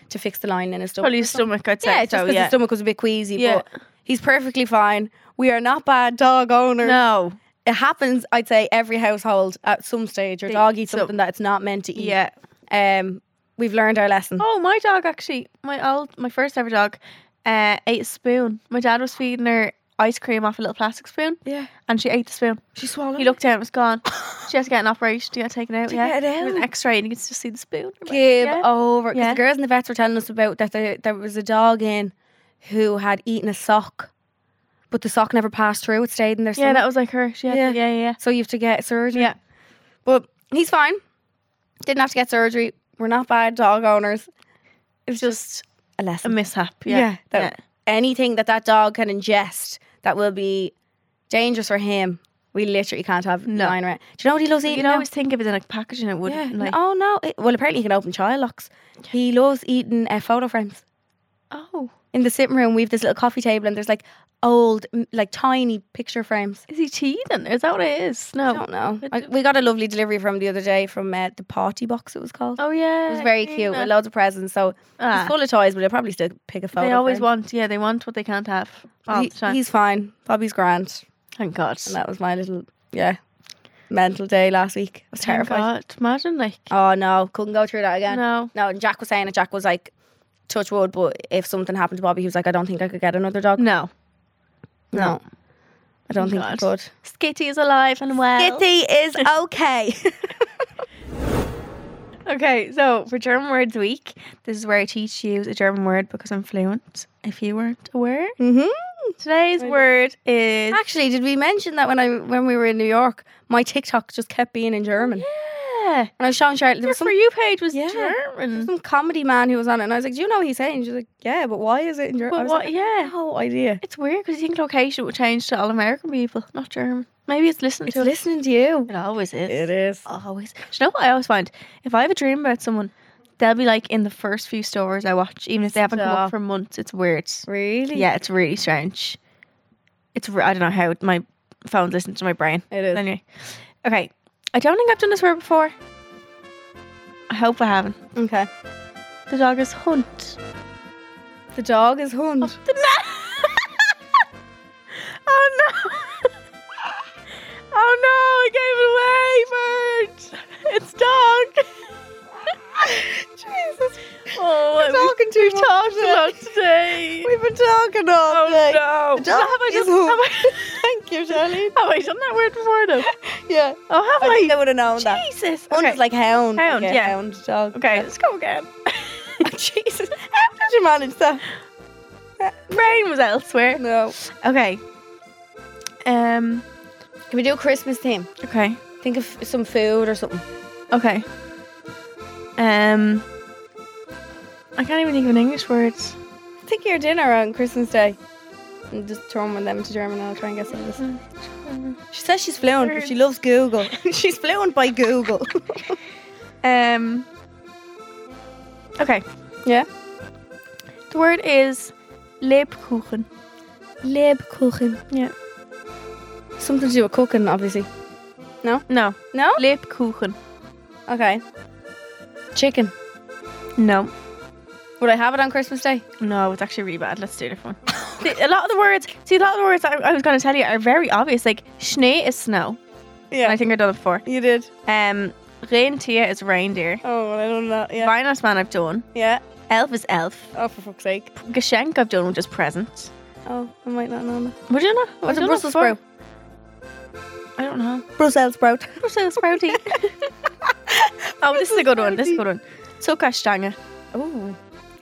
[SPEAKER 3] to fix the line in his stomach.
[SPEAKER 2] Probably
[SPEAKER 3] or
[SPEAKER 2] his
[SPEAKER 3] something.
[SPEAKER 2] stomach. I'd say
[SPEAKER 3] Yeah, it's just
[SPEAKER 2] so,
[SPEAKER 3] because
[SPEAKER 2] yeah.
[SPEAKER 3] his stomach was a bit queasy.
[SPEAKER 2] Yeah.
[SPEAKER 3] but he's perfectly fine. We are not bad dog owners.
[SPEAKER 2] No.
[SPEAKER 3] It happens, I'd say, every household at some stage. Your
[SPEAKER 2] They-
[SPEAKER 3] dog eats
[SPEAKER 2] so-
[SPEAKER 3] something that it's not meant to eat.
[SPEAKER 2] Yeah.
[SPEAKER 3] Um, we've learned our lesson.
[SPEAKER 2] Oh, my dog actually, my old, my first ever dog, uh, ate a spoon. My dad was feeding her ice cream off a little plastic spoon,
[SPEAKER 3] Yeah.
[SPEAKER 2] and she ate the spoon.
[SPEAKER 3] She swallowed.
[SPEAKER 2] He looked down, it was gone. she had to get an operation to get it taken out.
[SPEAKER 3] To
[SPEAKER 2] yeah,
[SPEAKER 3] get it
[SPEAKER 2] It was
[SPEAKER 3] out.
[SPEAKER 2] an X-ray, and you could just see the spoon. I'm like,
[SPEAKER 3] give
[SPEAKER 2] yeah.
[SPEAKER 3] over. 'Cause
[SPEAKER 2] Yeah.
[SPEAKER 3] the girls in the vets were telling us about that there, there was a dog in who had eaten a sock, but the sock never passed through. It stayed in their
[SPEAKER 2] yeah,
[SPEAKER 3] stomach.
[SPEAKER 2] that was like her. She had, yeah,
[SPEAKER 3] Yeah.
[SPEAKER 2] yeah, yeah.
[SPEAKER 3] so you have to get surgery.
[SPEAKER 2] Yeah.
[SPEAKER 3] But he's fine. Didn't have to get surgery. We're not bad dog owners.
[SPEAKER 2] It was just a
[SPEAKER 3] A lesson.
[SPEAKER 2] mishap. Yeah,
[SPEAKER 3] Yeah, that-
[SPEAKER 2] yeah.
[SPEAKER 3] Anything that that dog can ingest that will be dangerous for him, we literally can't have
[SPEAKER 2] No.
[SPEAKER 3] lying around. Do you know what he loves eating?
[SPEAKER 2] You'd
[SPEAKER 3] now?
[SPEAKER 2] always think of it in like packaging. It
[SPEAKER 3] Yeah.
[SPEAKER 2] wouldn't.
[SPEAKER 3] n-
[SPEAKER 2] Like,
[SPEAKER 3] oh no. It- well, apparently he can open child locks. He loves eating uh, photo frames.
[SPEAKER 2] oh,
[SPEAKER 3] In the sitting room, we have this little coffee table, and there's like old, m- like tiny picture frames.
[SPEAKER 2] is he cheating? Is that what it is?
[SPEAKER 3] I
[SPEAKER 2] No.
[SPEAKER 3] don't know.
[SPEAKER 2] It-
[SPEAKER 3] I, we got a lovely delivery from the other day from uh, the party box. It was called.
[SPEAKER 2] Oh yeah,
[SPEAKER 3] It was very cute with loads of presents. So
[SPEAKER 2] Ah.
[SPEAKER 3] he's full of toys, but he'll probably still pick a photo.
[SPEAKER 2] They always
[SPEAKER 3] frame.
[SPEAKER 2] want, yeah, they want what they can't have. All
[SPEAKER 3] He-
[SPEAKER 2] the time.
[SPEAKER 3] he's fine. Bobby's grand,
[SPEAKER 2] Thank God.
[SPEAKER 3] and that was my little yeah mental day last week. I was
[SPEAKER 2] Thank
[SPEAKER 3] terrified.
[SPEAKER 2] God. Imagine, like,
[SPEAKER 3] Oh no, couldn't go through that again.
[SPEAKER 2] no.
[SPEAKER 3] No, and Jack was saying it. Jack was like, touch wood, but if something happened to Bobby, he was like, I don't think I could get another dog.
[SPEAKER 2] No.
[SPEAKER 3] No. I don't think I
[SPEAKER 2] God.
[SPEAKER 3] could.
[SPEAKER 2] Skitty is alive and well.
[SPEAKER 3] Kitty
[SPEAKER 2] [LAUGHS]
[SPEAKER 3] is [LAUGHS] okay.
[SPEAKER 2] Okay, so for German Words Week, this is where I teach you a German word because I'm fluent, if you weren't aware.
[SPEAKER 3] hmm
[SPEAKER 2] Today's word is.
[SPEAKER 3] Actually, did we mention that when I when we were in New York, my TikTok just kept being in German,
[SPEAKER 2] Yeah.
[SPEAKER 3] and I was showing Charlotte. There
[SPEAKER 2] Your
[SPEAKER 3] was
[SPEAKER 2] For
[SPEAKER 3] some,
[SPEAKER 2] You page was
[SPEAKER 3] Yeah.
[SPEAKER 2] German.
[SPEAKER 3] some comedy man who was on it, and I was like, "Do you know what he's saying?" She's like, "Yeah, but why is it in German?" I
[SPEAKER 2] But
[SPEAKER 3] was
[SPEAKER 2] what,
[SPEAKER 3] Like,
[SPEAKER 2] yeah.
[SPEAKER 3] no idea.
[SPEAKER 2] It's weird because you think location would change to all American people, not German. Maybe it's listening
[SPEAKER 3] It's
[SPEAKER 2] to
[SPEAKER 3] listening to you.
[SPEAKER 2] it. It always is.
[SPEAKER 3] is.
[SPEAKER 2] always. Do you know what I always find? If I have a dream about someone, they'll be like in the first few stories I watch, even if they haven't come up
[SPEAKER 3] Stop.
[SPEAKER 2] for months. It's weird.
[SPEAKER 3] Really?
[SPEAKER 2] Yeah, it's really strange. It's re- I don't know how my phone's listening to my brain.
[SPEAKER 3] It is.
[SPEAKER 2] Anyway, okay. I don't think I've done this word before. I hope I haven't.
[SPEAKER 3] Okay.
[SPEAKER 2] The dog is hunt.
[SPEAKER 3] The dog is Hund.
[SPEAKER 2] The na- [LAUGHS] oh no! oh no! I gave it away, bird. It's dog.
[SPEAKER 3] [LAUGHS] Jesus.
[SPEAKER 2] Oh, what
[SPEAKER 3] We're
[SPEAKER 2] we-
[SPEAKER 3] talking too
[SPEAKER 2] we
[SPEAKER 3] much
[SPEAKER 2] talked
[SPEAKER 3] today.
[SPEAKER 2] about [LAUGHS] today.
[SPEAKER 3] We've been talking all
[SPEAKER 2] Oh
[SPEAKER 3] day.
[SPEAKER 2] no!
[SPEAKER 3] The dog
[SPEAKER 2] have I
[SPEAKER 3] is
[SPEAKER 2] just
[SPEAKER 3] Hund.
[SPEAKER 2] have I,
[SPEAKER 3] Thank you, Charlene.
[SPEAKER 2] have I done that word before though?
[SPEAKER 3] Yeah.
[SPEAKER 2] Oh, have
[SPEAKER 3] I
[SPEAKER 2] I?
[SPEAKER 3] think I would have known that.
[SPEAKER 2] Jesus.
[SPEAKER 3] Hund is like hound.
[SPEAKER 2] Hound, yeah.
[SPEAKER 3] Hound
[SPEAKER 2] [LAUGHS]
[SPEAKER 3] dog. [LAUGHS]
[SPEAKER 2] okay, let's go again.
[SPEAKER 3] Jesus. How did you manage that?
[SPEAKER 2] Brain was elsewhere.
[SPEAKER 3] No.
[SPEAKER 2] Okay. Um.
[SPEAKER 3] Can we do a Christmas theme?
[SPEAKER 2] Okay.
[SPEAKER 3] Think of some food or something.
[SPEAKER 2] Okay. Um. I can't even think of an English word.
[SPEAKER 3] Think of your dinner on Christmas Day. And just throw one of them into German. I'll try and get some of this. She says she's fluent, but she loves Google. [LAUGHS] she's fluent by Google.
[SPEAKER 2] Um. Okay.
[SPEAKER 3] [LAUGHS] yeah.
[SPEAKER 2] The word is Lebkuchen.
[SPEAKER 3] Lebkuchen.
[SPEAKER 2] Yeah.
[SPEAKER 3] Something to do with cooking, obviously.
[SPEAKER 2] No.
[SPEAKER 3] No?
[SPEAKER 2] Lebkuchen.
[SPEAKER 3] Okay. Chicken.
[SPEAKER 2] No.
[SPEAKER 3] Would I have it on Christmas Day?
[SPEAKER 2] No, it's actually really bad. Let's do a different one. [LAUGHS] The- a lot of the words, see, a lot of the words I, I was going to tell you are very obvious. Like, Schnee is snow.
[SPEAKER 3] Yeah.
[SPEAKER 2] I think I've done it before.
[SPEAKER 3] you did.
[SPEAKER 2] Um, Reindeer is reindeer.
[SPEAKER 3] Oh, well, I don't know. Yeah.
[SPEAKER 2] Weihnachtsmann I've done.
[SPEAKER 3] Yeah.
[SPEAKER 2] Elf is elf.
[SPEAKER 3] Oh, for fuck's sake.
[SPEAKER 2] Geschenk I've done, which is present.
[SPEAKER 3] Oh, I might not know that.
[SPEAKER 2] Would you not? I've
[SPEAKER 3] What's a
[SPEAKER 2] done it
[SPEAKER 3] Brussels
[SPEAKER 2] before.
[SPEAKER 3] sprout?
[SPEAKER 2] I don't know.
[SPEAKER 3] Brussels sprout.
[SPEAKER 2] Brussels sprouty. [LAUGHS] oh, this is a good one. This is a good one. Zuckerstange.
[SPEAKER 3] Oh.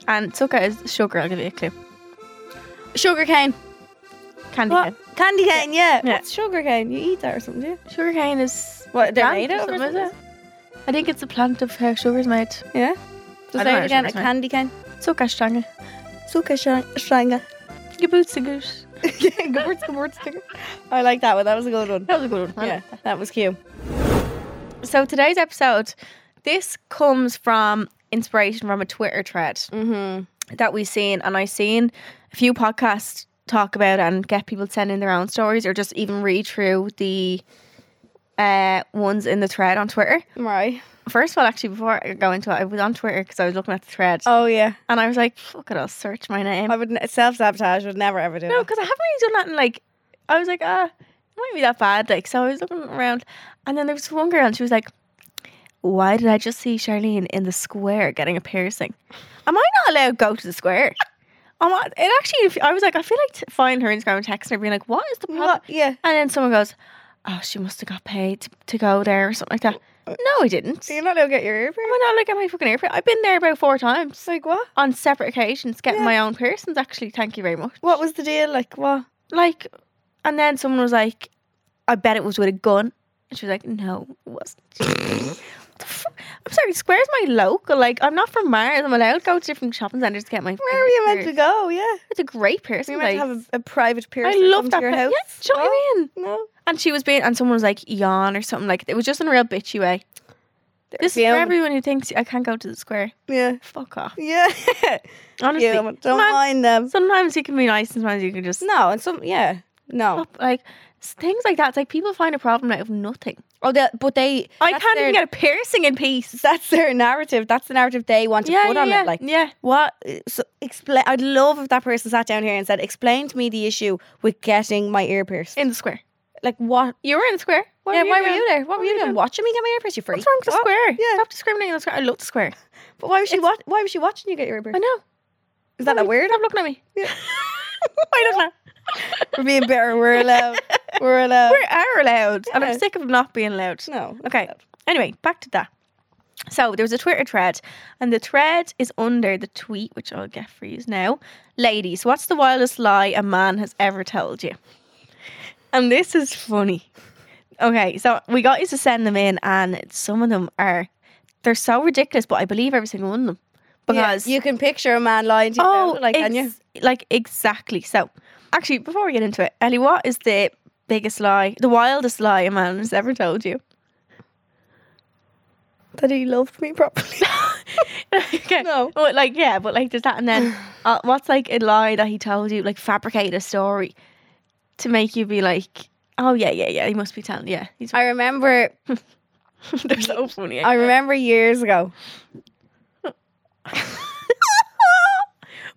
[SPEAKER 2] And zucker is sugar. I'll give you a clue.
[SPEAKER 3] Sugar cane.
[SPEAKER 2] Candy
[SPEAKER 3] What?
[SPEAKER 2] cane.
[SPEAKER 3] Candy cane, yeah.
[SPEAKER 2] Yeah.
[SPEAKER 3] What's sugar cane? You eat that or something, do you?
[SPEAKER 2] Sugar cane is
[SPEAKER 3] What, they're
[SPEAKER 2] plant
[SPEAKER 3] made
[SPEAKER 2] or
[SPEAKER 3] out of or
[SPEAKER 2] something, is
[SPEAKER 3] something?
[SPEAKER 2] it? I think it's a plant of how sugar is made.
[SPEAKER 3] Yeah.
[SPEAKER 2] I
[SPEAKER 3] Just
[SPEAKER 2] don't
[SPEAKER 3] say
[SPEAKER 2] know
[SPEAKER 3] it again.
[SPEAKER 2] how
[SPEAKER 3] A
[SPEAKER 2] it's made.
[SPEAKER 3] candy cane.
[SPEAKER 2] Zuckerstange.
[SPEAKER 3] Sugar shanga.
[SPEAKER 2] Geburtstagoose.
[SPEAKER 3] [LAUGHS] I like that one. That was a good one.
[SPEAKER 2] That was a good one. I
[SPEAKER 3] Yeah,
[SPEAKER 2] like
[SPEAKER 3] that was cute.
[SPEAKER 2] So today's episode, this comes from inspiration from a Twitter thread
[SPEAKER 3] Mm-hmm.
[SPEAKER 2] that we've seen, and I've seen a few podcasts talk about it and get people to send in their own stories, or just even read through the uh, ones in the thread on Twitter.
[SPEAKER 3] Right.
[SPEAKER 2] First of all, actually, before I go into it, I was on Twitter because I was looking at the thread,
[SPEAKER 3] Oh yeah.
[SPEAKER 2] and I was like, "Fuck it, I'll search my name."
[SPEAKER 3] I would ne- self sabotage. Would never ever do.
[SPEAKER 2] No,
[SPEAKER 3] that.
[SPEAKER 2] because I haven't really done that in like, I was like, ah, it might be that bad. Like, so I was looking around, and then there was one girl, and she was like, why did I just see Charlene in the square getting a piercing? Am I not allowed to go to the square? Am I, it actually, I was like, I feel like t- finding her Instagram and texting her, being like, what is the problem?
[SPEAKER 3] What? Yeah.
[SPEAKER 2] And then someone goes, oh, she must have got paid to, to go there or something like that.
[SPEAKER 3] uh,
[SPEAKER 2] No, I didn't.
[SPEAKER 3] So you're not allowed to get your ear pierced?
[SPEAKER 2] Am I not like at my fucking airport? I've been there about four times
[SPEAKER 3] Like what?
[SPEAKER 2] on separate occasions, getting
[SPEAKER 3] Yeah.
[SPEAKER 2] my own piercings. Actually, thank you very much
[SPEAKER 3] What was the deal? Like what?
[SPEAKER 2] like, and then someone was like, I bet it was with a gun. And she was like, no, it wasn't. [LAUGHS] what the fuck? I'm sorry, Square's my local. Like, I'm not from Mars. I'm allowed to go to different shopping centres to get my
[SPEAKER 3] Where were you meant to
[SPEAKER 2] pierced.
[SPEAKER 3] go? Yeah.
[SPEAKER 2] It's a great person.
[SPEAKER 3] We meant to
[SPEAKER 2] like,
[SPEAKER 3] have a, a private
[SPEAKER 2] I
[SPEAKER 3] piercing.
[SPEAKER 2] love
[SPEAKER 3] come
[SPEAKER 2] that.
[SPEAKER 3] To your
[SPEAKER 2] pe-
[SPEAKER 3] house. Oh.
[SPEAKER 2] Yeah, do you know what I mean?
[SPEAKER 3] No.
[SPEAKER 2] And she was being, and someone was like, yawn or something. Like, it was just in a real bitchy way.
[SPEAKER 3] They're
[SPEAKER 2] This is for
[SPEAKER 3] fuming.
[SPEAKER 2] everyone who thinks I can't go to the square.
[SPEAKER 3] Yeah.
[SPEAKER 2] Fuck off.
[SPEAKER 3] Yeah. [LAUGHS]
[SPEAKER 2] Honestly.
[SPEAKER 3] yeah. Don't
[SPEAKER 2] sometimes,
[SPEAKER 3] mind them.
[SPEAKER 2] sometimes you can be nice, sometimes you can just
[SPEAKER 3] No, and some yeah. No.
[SPEAKER 2] stop. Like, s- things like that. It's like people find a problem out of nothing.
[SPEAKER 3] Oh, they, but they.
[SPEAKER 2] I
[SPEAKER 3] that's
[SPEAKER 2] can't
[SPEAKER 3] their-
[SPEAKER 2] even get a piercing in peace.
[SPEAKER 3] [LAUGHS] That's their narrative. That's the narrative they want to put on
[SPEAKER 2] yeah,
[SPEAKER 3] it. Like
[SPEAKER 2] yeah.
[SPEAKER 3] what? So explain. I'd love if that person sat down here and said, "Explain to me the issue with getting my ear pierced."
[SPEAKER 2] In the square.
[SPEAKER 3] like what?
[SPEAKER 2] You were in the square. Eh, What
[SPEAKER 3] yeah, why were
[SPEAKER 2] doing?
[SPEAKER 3] you there? What, were you doing?
[SPEAKER 2] doing?
[SPEAKER 3] Watching me get my ear pierced? You freak.
[SPEAKER 2] What's wrong with the
[SPEAKER 3] What?
[SPEAKER 2] square?
[SPEAKER 3] Yeah.
[SPEAKER 2] Stop discriminating on the square. I love the square.
[SPEAKER 3] But why was she? What? Why was she watching you get your ear
[SPEAKER 2] I
[SPEAKER 3] pierced?
[SPEAKER 2] know.
[SPEAKER 3] Is that not weird?
[SPEAKER 2] Stop looking at me.
[SPEAKER 3] Yeah.
[SPEAKER 2] [LAUGHS] Why
[SPEAKER 3] [LAUGHS]
[SPEAKER 2] not?
[SPEAKER 3] We're being better.
[SPEAKER 2] [LAUGHS]
[SPEAKER 3] We're allowed. We're allowed.
[SPEAKER 2] We are allowed, and
[SPEAKER 3] Um, Yeah.
[SPEAKER 2] I'm sick of not being allowed.
[SPEAKER 3] no.
[SPEAKER 2] Okay. Anyway, back to that. So there was a Twitter thread, and the thread is under the tweet, which I'll get for you now. Ladies, what's the wildest lie a man has ever told you? And this is funny. Okay, so we got you to send them in, and some of them are they're so ridiculous, but I believe every single one of them because
[SPEAKER 3] you can picture a man lying to you.
[SPEAKER 2] oh,
[SPEAKER 3] now, like can you?
[SPEAKER 2] ex- like exactly. So actually, before we get into it, Ellie, what is the biggest lie, the wildest lie a man has ever told you?
[SPEAKER 3] That he loved me properly.
[SPEAKER 2] [LAUGHS] okay.
[SPEAKER 3] No.
[SPEAKER 2] Well, like yeah, but like there's that, and
[SPEAKER 3] [SIGHS]
[SPEAKER 2] then uh, what's like a lie that he told you, like fabricate a story to make you be like, oh yeah, yeah, yeah, he must be telling, yeah, he's.
[SPEAKER 3] I remember.
[SPEAKER 2] [LAUGHS] they're so funny.
[SPEAKER 3] I remember years ago.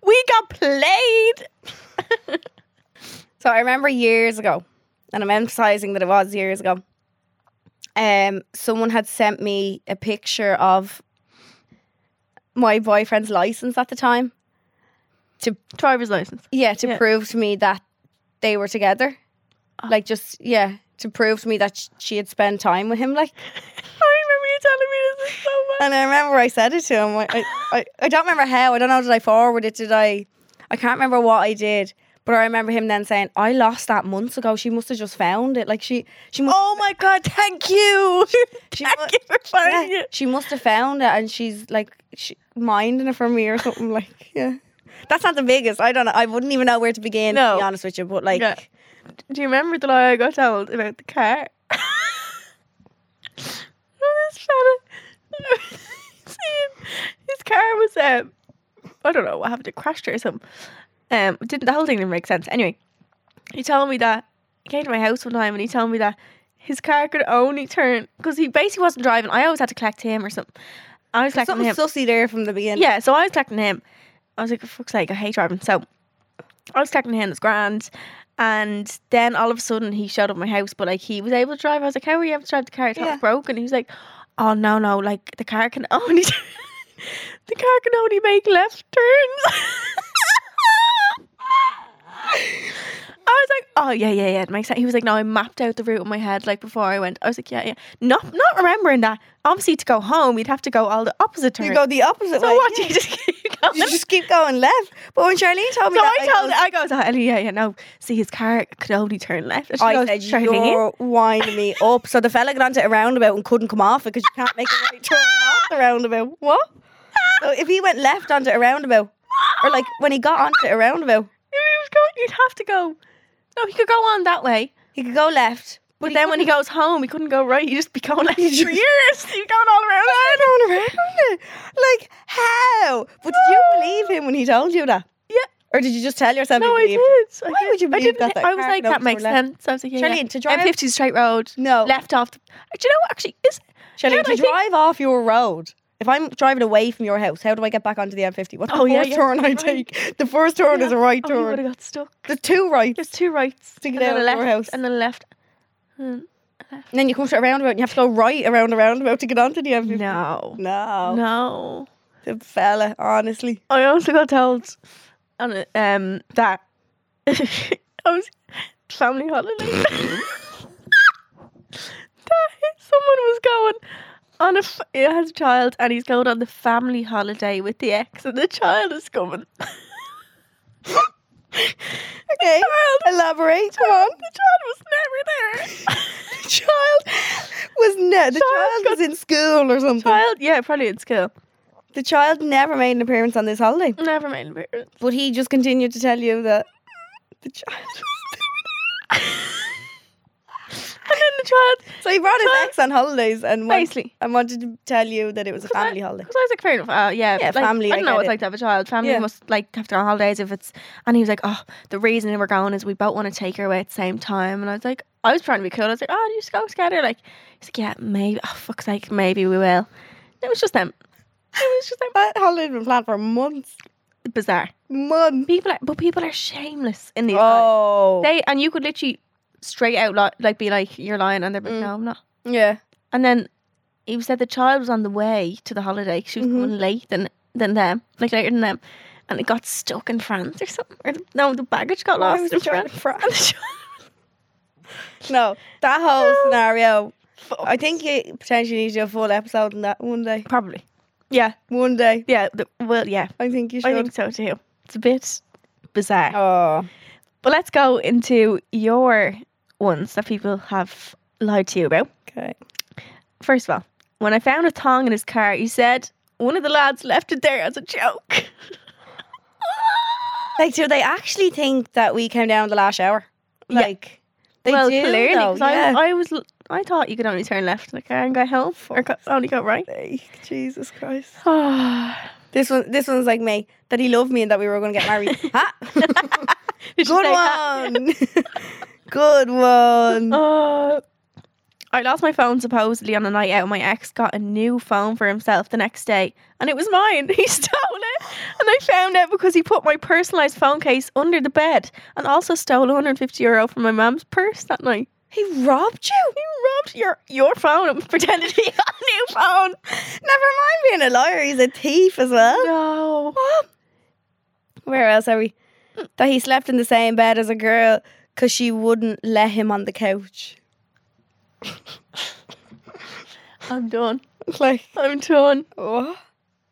[SPEAKER 2] we got played.
[SPEAKER 3] So I remember years ago, and I'm emphasizing that it was years ago. Um, someone had sent me a picture of my boyfriend's license at the time.
[SPEAKER 2] Driver's license.
[SPEAKER 3] Yeah, to
[SPEAKER 2] Yeah.
[SPEAKER 3] prove to me that they were together.
[SPEAKER 2] Oh.
[SPEAKER 3] Like just yeah, to prove to me that sh- she had spent time with him. Like,
[SPEAKER 2] I remember you telling me this [LAUGHS] is so much.
[SPEAKER 3] and I remember I said it to him. I I, I, I don't remember how. I don't know. Did I forward it? Did I? I can't remember what I did. But I remember him then saying, "I lost that months ago. She must have just found it. Like she, she must."
[SPEAKER 2] Oh my god! Thank you.
[SPEAKER 3] [LAUGHS] She mu-
[SPEAKER 2] thank you for finding
[SPEAKER 3] yeah,
[SPEAKER 2] it.
[SPEAKER 3] She must have found it and she's like she, minding it for me or something. Like, yeah. That's not the biggest. I don't know. I wouldn't even know where to begin,
[SPEAKER 2] No.
[SPEAKER 3] to be honest with you. But like,
[SPEAKER 2] Yeah. Do you remember the lie I got told about the car? [LAUGHS] oh, this fella. [LAUGHS] See, His car was, um, I don't know, what happened? It crashed or something. Um, it didn't the whole thing didn't make sense. Anyway, he told me that he came to my house one time and he told me that his car could only turn because he basically wasn't driving. I always had to collect him or something. I was collecting
[SPEAKER 3] something
[SPEAKER 2] him.
[SPEAKER 3] sussy there from the beginning.
[SPEAKER 2] Yeah, so I was collecting him. I was like, for fuck's sake, I hate driving. So I was collecting him, it's grand. And then all of a sudden he showed up at my house, but like he was able to drive. I was like, How were you able to drive the car? It's
[SPEAKER 3] Yeah.
[SPEAKER 2] not broken. He was like, Oh no, no, like the car can only [LAUGHS] the car can only make left turns. I was like, oh yeah, yeah, yeah, it makes sense. He was like, no, I mapped out the route in my head like before I went. I was like, yeah, yeah, not not remembering that. Obviously, to go home, you'd have to go all the opposite turns.
[SPEAKER 3] You go the opposite
[SPEAKER 2] So
[SPEAKER 3] way.
[SPEAKER 2] what?
[SPEAKER 3] Yeah.
[SPEAKER 2] You just [LAUGHS]
[SPEAKER 3] [LAUGHS]
[SPEAKER 2] keep going.
[SPEAKER 3] You just keep going left. But when Charlene told me
[SPEAKER 2] so
[SPEAKER 3] that,
[SPEAKER 2] I told
[SPEAKER 3] goes-
[SPEAKER 2] I goes, oh, Ellie, yeah, yeah, no. See, his car could only turn left. And she
[SPEAKER 3] I
[SPEAKER 2] goes,
[SPEAKER 3] said,
[SPEAKER 2] "Charlene?"
[SPEAKER 3] you're winding me up. So the fella got onto a roundabout and couldn't come off because you can't make a right turn off the roundabout. What? So if he went left onto a roundabout, or like when he got onto a roundabout,
[SPEAKER 2] If [LAUGHS] he was going, you'd have to go. No, he could go on that way.
[SPEAKER 3] he could go left.
[SPEAKER 2] But then when he goes home, he couldn't go right. He'd just be
[SPEAKER 3] [LAUGHS]
[SPEAKER 2] going left for years. He'd going all around.
[SPEAKER 3] Turn around it. Like, how? But did you believe him when he told you that?
[SPEAKER 2] [LAUGHS] Yeah.
[SPEAKER 3] Or did you just tell yourself
[SPEAKER 2] No,
[SPEAKER 3] you
[SPEAKER 2] I did.
[SPEAKER 3] believed
[SPEAKER 2] I
[SPEAKER 3] Why
[SPEAKER 2] did.
[SPEAKER 3] would you
[SPEAKER 2] I
[SPEAKER 3] believe
[SPEAKER 2] didn't-
[SPEAKER 3] that that
[SPEAKER 2] I was
[SPEAKER 3] car
[SPEAKER 2] like,
[SPEAKER 3] could
[SPEAKER 2] that
[SPEAKER 3] only
[SPEAKER 2] makes
[SPEAKER 3] turn left?
[SPEAKER 2] sense. I was like, yeah, yeah.
[SPEAKER 3] Charlene, to drive-
[SPEAKER 2] M50 straight road.
[SPEAKER 3] No.
[SPEAKER 2] Left off. The, do you know what? Actually, is
[SPEAKER 3] Shelley,
[SPEAKER 2] Yeah,
[SPEAKER 3] to
[SPEAKER 2] I think-
[SPEAKER 3] drive off your road, if I'm driving away from your house, how do I get back onto the M50? What's the
[SPEAKER 2] Oh, yeah,
[SPEAKER 3] first
[SPEAKER 2] yeah,
[SPEAKER 3] turn I
[SPEAKER 2] right.
[SPEAKER 3] take? The first turn is a right
[SPEAKER 2] Oh, you would
[SPEAKER 3] turn.
[SPEAKER 2] have got stuck.
[SPEAKER 3] There's two rights.
[SPEAKER 2] There's two rights.
[SPEAKER 3] To
[SPEAKER 2] and
[SPEAKER 3] get
[SPEAKER 2] then
[SPEAKER 3] out
[SPEAKER 2] a
[SPEAKER 3] of your
[SPEAKER 2] left,
[SPEAKER 3] house.
[SPEAKER 2] And then a left. Hmm.
[SPEAKER 3] And then you come to a roundabout and you have to go right around a roundabout to get onto the M50.
[SPEAKER 2] No.
[SPEAKER 3] No.
[SPEAKER 2] No.
[SPEAKER 3] The fella, honestly.
[SPEAKER 2] I also got told on a, um that [LAUGHS] I was family holiday [LAUGHS] that someone was going on a f- he has a child and he's going on the family holiday with the ex and the child is coming.
[SPEAKER 3] Okay. Elaborate. Come on.
[SPEAKER 2] The child was never there.
[SPEAKER 3] [LAUGHS] The child was ne- the
[SPEAKER 2] Child
[SPEAKER 3] child was in school or something.
[SPEAKER 2] child, yeah, probably in school.
[SPEAKER 3] The child never made an appearance on this holiday.
[SPEAKER 2] Never mind. [LAUGHS] embarrassed.
[SPEAKER 3] But he just continued to tell you that the child [LAUGHS] was
[SPEAKER 2] And then the child
[SPEAKER 3] So he brought his
[SPEAKER 2] Child-
[SPEAKER 3] ex on holidays and wa-
[SPEAKER 2] Basically.
[SPEAKER 3] and wanted to tell you that it was a family holiday.
[SPEAKER 2] Because I was like, fair enough. Uh, yeah,
[SPEAKER 3] Yeah,
[SPEAKER 2] but, like,
[SPEAKER 3] family,
[SPEAKER 2] I
[SPEAKER 3] I
[SPEAKER 2] don't know
[SPEAKER 3] get
[SPEAKER 2] what it's
[SPEAKER 3] it.
[SPEAKER 2] like to have a child. Family
[SPEAKER 3] Yeah.
[SPEAKER 2] must like have to go on holidays if it's. And he was like, oh, the reason we're going is we both want to take her away at the same time. And I was like, I was trying to be cool. I was like, oh, you just go together. Like, he's like, yeah, maybe. Oh, fuck's sake, maybe we will. It was just them. It was just them.
[SPEAKER 3] That holiday had been planned for months.
[SPEAKER 2] Bizarre.
[SPEAKER 3] Months.
[SPEAKER 2] People, are, but people are shameless in these. times.
[SPEAKER 3] Oh.
[SPEAKER 2] They and you could literally straight out li- like be like, you're lying, and they're like,
[SPEAKER 3] Mm.
[SPEAKER 2] no, I'm not.
[SPEAKER 3] yeah.
[SPEAKER 2] And then he said the child was on the way to the holiday. She was
[SPEAKER 3] Mhm.
[SPEAKER 2] coming late than than them, like later than them, and it got stuck in France or something. Or the, no, the baggage got
[SPEAKER 3] Why
[SPEAKER 2] lost
[SPEAKER 3] Oh, was
[SPEAKER 2] in
[SPEAKER 3] the child
[SPEAKER 2] France.
[SPEAKER 3] in France? [LAUGHS] No, that whole scenario. I think you potentially need to do a full episode on that one day.
[SPEAKER 2] Probably. Yeah,
[SPEAKER 3] One day.
[SPEAKER 2] yeah. The, well, yeah.
[SPEAKER 3] I think you
[SPEAKER 2] I think
[SPEAKER 3] should.
[SPEAKER 2] so too. It's a bit bizarre.
[SPEAKER 3] oh.
[SPEAKER 2] But let's go into your ones that people have lied to you about.
[SPEAKER 3] Okay.
[SPEAKER 2] First of all, when I found a thong in his car, he said one of the lads left it there as a joke.
[SPEAKER 3] Like, do they actually think that we came down the last hour?
[SPEAKER 2] Yeah.
[SPEAKER 3] Like, they
[SPEAKER 2] well,
[SPEAKER 3] do.
[SPEAKER 2] clearly,
[SPEAKER 3] though,
[SPEAKER 2] 'cause
[SPEAKER 3] yeah.
[SPEAKER 2] I, I was, l- I thought you could only turn left in a car and go home, or go, only go [SIGHS] right.
[SPEAKER 3] Like, Jesus Christ.
[SPEAKER 2] Good
[SPEAKER 3] This one, this one's like me. That he loved me and that we were going to get [LAUGHS] married. ha! Good one. [LAUGHS] Good one.
[SPEAKER 2] Uh, I lost my phone supposedly on a night out. My ex got a new phone for himself the next day, and it was mine. [LAUGHS] He stole it, and I found out because he put my personalised phone case under the bed, and also stole 150 euro from my mum's purse that night.
[SPEAKER 3] He robbed you.
[SPEAKER 2] He robbed your your phone and [LAUGHS] pretended he got a new phone.
[SPEAKER 3] Never mind being a liar. He's a thief as well.
[SPEAKER 2] No.
[SPEAKER 3] Where else are we? That he slept in the same bed as a girl because she wouldn't let him on the couch. [LAUGHS]
[SPEAKER 2] I'm done.
[SPEAKER 3] Like,
[SPEAKER 2] I'm done.
[SPEAKER 3] what?